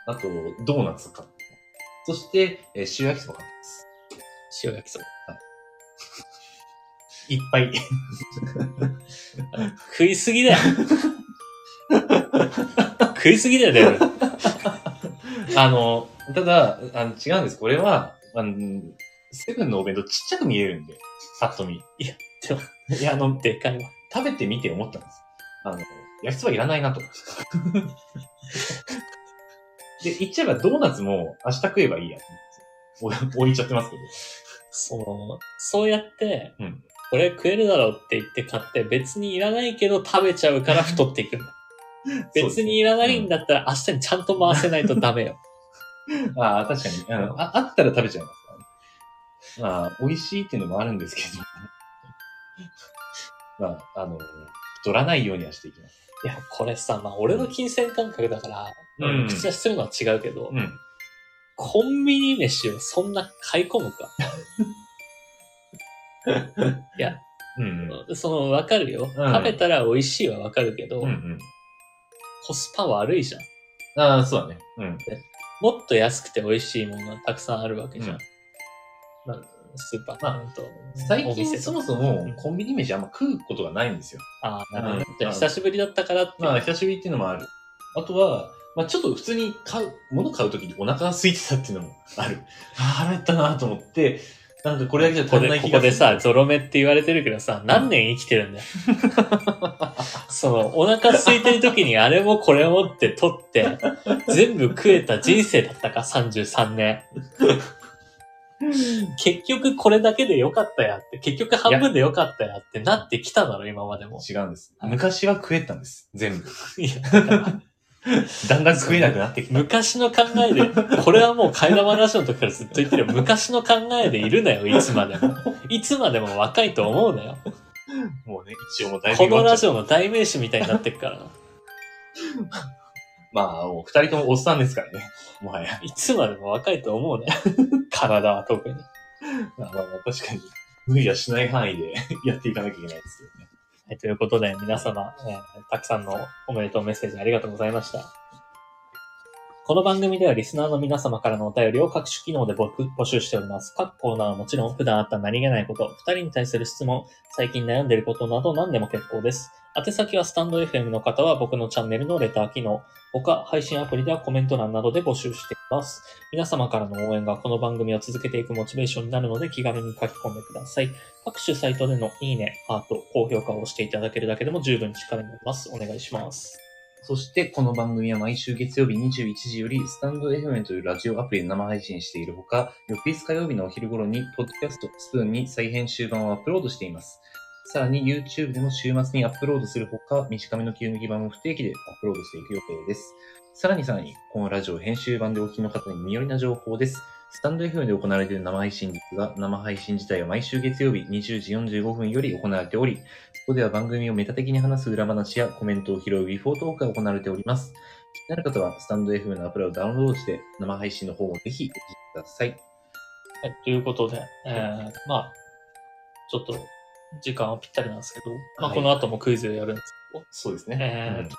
[SPEAKER 2] あと、ドーナツ買ってそして、えー、塩焼きそば買ってます。
[SPEAKER 1] 塩焼きそば。
[SPEAKER 2] いっぱい。
[SPEAKER 1] 食いすぎだよ。食いすぎだよ、デブ。
[SPEAKER 2] あの、ただ、あの違うんです。これは、あの、セブンのお弁当ちっちゃく見えるんで、ぱっと見。
[SPEAKER 1] いや、でも、
[SPEAKER 2] いや、あの、
[SPEAKER 1] でかいわ。
[SPEAKER 2] 食べてみて思ったんです。あの、焼きそばいらないなと。で、言っちゃえばドーナツも明日食えばいいやと思って。お置いちゃってますけど。
[SPEAKER 1] その、そうやって、
[SPEAKER 2] うん
[SPEAKER 1] これ食えるだろうって言って買って、別にいらないけど食べちゃうから太っていくん だ。別にいらないんだったら明日にちゃんと回せないとダメ よ。
[SPEAKER 2] ああ、確かに。あのああったら食べちゃいますからね。まあ、美味しいっていうのもあるんですけど。 まあ、あの、太らないようにはしていきます。
[SPEAKER 1] いや、これさ、まあ俺の金銭感覚だから、
[SPEAKER 2] うん
[SPEAKER 1] 口出しするのは違うけど、
[SPEAKER 2] うん。
[SPEAKER 1] コンビニ飯をそんな買い込むか。いや、
[SPEAKER 2] うんうん。
[SPEAKER 1] その、わかるよ。
[SPEAKER 2] うん
[SPEAKER 1] 食べたら美味しいはわかるけど、
[SPEAKER 2] うんうん。
[SPEAKER 1] コスパ悪いじゃん。
[SPEAKER 2] ああ、そうだね。うん。
[SPEAKER 1] もっと安くて美味しいものがたくさんあるわけじゃん。
[SPEAKER 2] うん
[SPEAKER 1] なんスーパー、
[SPEAKER 2] まあ
[SPEAKER 1] うんと
[SPEAKER 2] 最
[SPEAKER 1] お店と
[SPEAKER 2] 近そもそもコンビニ飯あんま食うことがないんですよ。
[SPEAKER 1] ああ、なるほど。
[SPEAKER 2] うん
[SPEAKER 1] 久しぶりだったからっていう
[SPEAKER 2] まあ、久しぶりっていうのもある。あとは、まあ、ちょっと普通に買う、物買うときにお腹が空いてたっていうのもある。ああ、腹減ったなと思って、なんかこれだけじゃ
[SPEAKER 1] こ
[SPEAKER 2] 足
[SPEAKER 1] こ
[SPEAKER 2] りな
[SPEAKER 1] で
[SPEAKER 2] い気
[SPEAKER 1] こ
[SPEAKER 2] が
[SPEAKER 1] こ
[SPEAKER 2] する。
[SPEAKER 1] でさ、ゾロ目って言われてるけどさ、何年生きてるんだ よ。その、お腹空いてる時にあれもこれもって取って、全部食えた人生だったか、33年。結局これだけでよかったやって、結局半分でよかったやってなってきただろ、今までも。
[SPEAKER 2] 違うんです。昔は食えたんです。全部。
[SPEAKER 1] いやだから
[SPEAKER 2] だんだん食えなくなってきた。
[SPEAKER 1] 昔の考えで、これはもう替え玉ラジオの時からずっと言ってるよ。昔の考えでいるなよ、いつまでも。いつまでも若いと思うなよ。
[SPEAKER 2] もうね、一応もう大
[SPEAKER 1] このラジオの代名詞みたいになってるからな。
[SPEAKER 2] まあ、もう二人ともおっさんですからね。もはや。
[SPEAKER 1] いつまでも若いと思うね。体は特に。
[SPEAKER 2] まあまあまあ、確かに、無理はしない範囲でやっていかなきゃいけないですよね。
[SPEAKER 1] はい、ということで、皆様、えーたくさんのおめでとうメッセージありがとうございました。この番組ではリスナーの皆様からのお便りを各種機能で募募集しております。各コーナーはもちろん普段あった何気ないこと、二人に対する質問、最近悩んでいることなど何でも結構です。宛先はスタンド FM の方は僕のチャンネルのレター機能、他配信アプリではコメント欄などで募集しています。皆様からの応援がこの番組を続けていくモチベーションになるので気軽に書き込んでください。各種サイトでのいいね、ハート、高評価を押していただけるだけでも十分力になります。お願いします。
[SPEAKER 2] そして、この番組は毎週月曜日21時より、スタンド FM というラジオアプリで生配信しているほか、翌日火曜日のお昼頃に、ポッドキャストスプーンに再編集版をアップロードしています。さらに YouTube でも週末にアップロードするほか、短めの切り抜き版も不定期でアップロードしていく予定です。さらにさらに、このラジオ編集版でお聞きの方に身寄りな情報です。スタンド FM で行われている生配信ですが、生配信自体は毎週月曜日20時45分より行われており、そこでは番組をメタ的に話す裏話やコメントを拾うビフォートークが行われております。気になる方は、スタンド FM のアプリをダウンロードして、生配信の方をぜひお聞きください。
[SPEAKER 1] はい、ということで、えー、まあ、ちょっと、時間はぴったりなんですけど、まあ、
[SPEAKER 2] はい
[SPEAKER 1] この後もクイズをやるんですけど、
[SPEAKER 2] そうです
[SPEAKER 1] えーと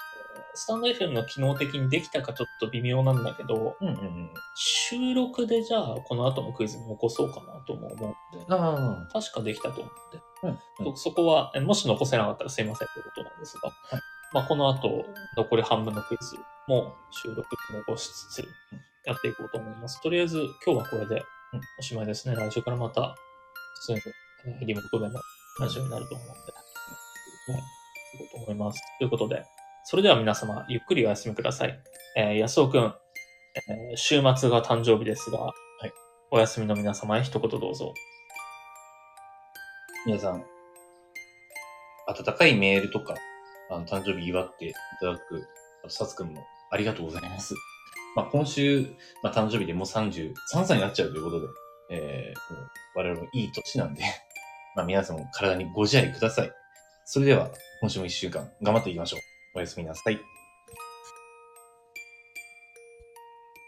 [SPEAKER 1] スタンド FM の機能的にできたかちょっと微妙なんだけど、
[SPEAKER 2] うんうんうん。
[SPEAKER 1] 収録でじゃあ、この後もクイズ残そうかなとも思うんで、
[SPEAKER 2] あ
[SPEAKER 1] 確かできたと思って、
[SPEAKER 2] あ。うん
[SPEAKER 1] そそこは、えもし残せなかったらすいませんということなんですが、
[SPEAKER 2] はい
[SPEAKER 1] まあ、この後、残り半分のクイズも収録に残しつつやっていこうと思います。とりあえず、今日はこれで
[SPEAKER 2] うん
[SPEAKER 1] おしまいですね。来週からまた、普通にえーリモートでのラジオになると思うので、はい、行こうと思います。ということで、それでは皆様、ゆっくりお休みください。えー、安尾くん、えー週末が誕生日ですが、
[SPEAKER 2] い
[SPEAKER 1] お休みの皆様へ一言どうぞ。
[SPEAKER 2] 皆さん、温かいメールとか、あの誕生日祝っていただく、あとさつくんもありがとうございます。まあ、今週、まあ、誕生日でもう33歳になっちゃうということで、えー、もう我々もいい年なんで、 まあ、皆さんも体にご自愛ください。それでは、今週も1週間頑張っていきましょう。おやすみなさい。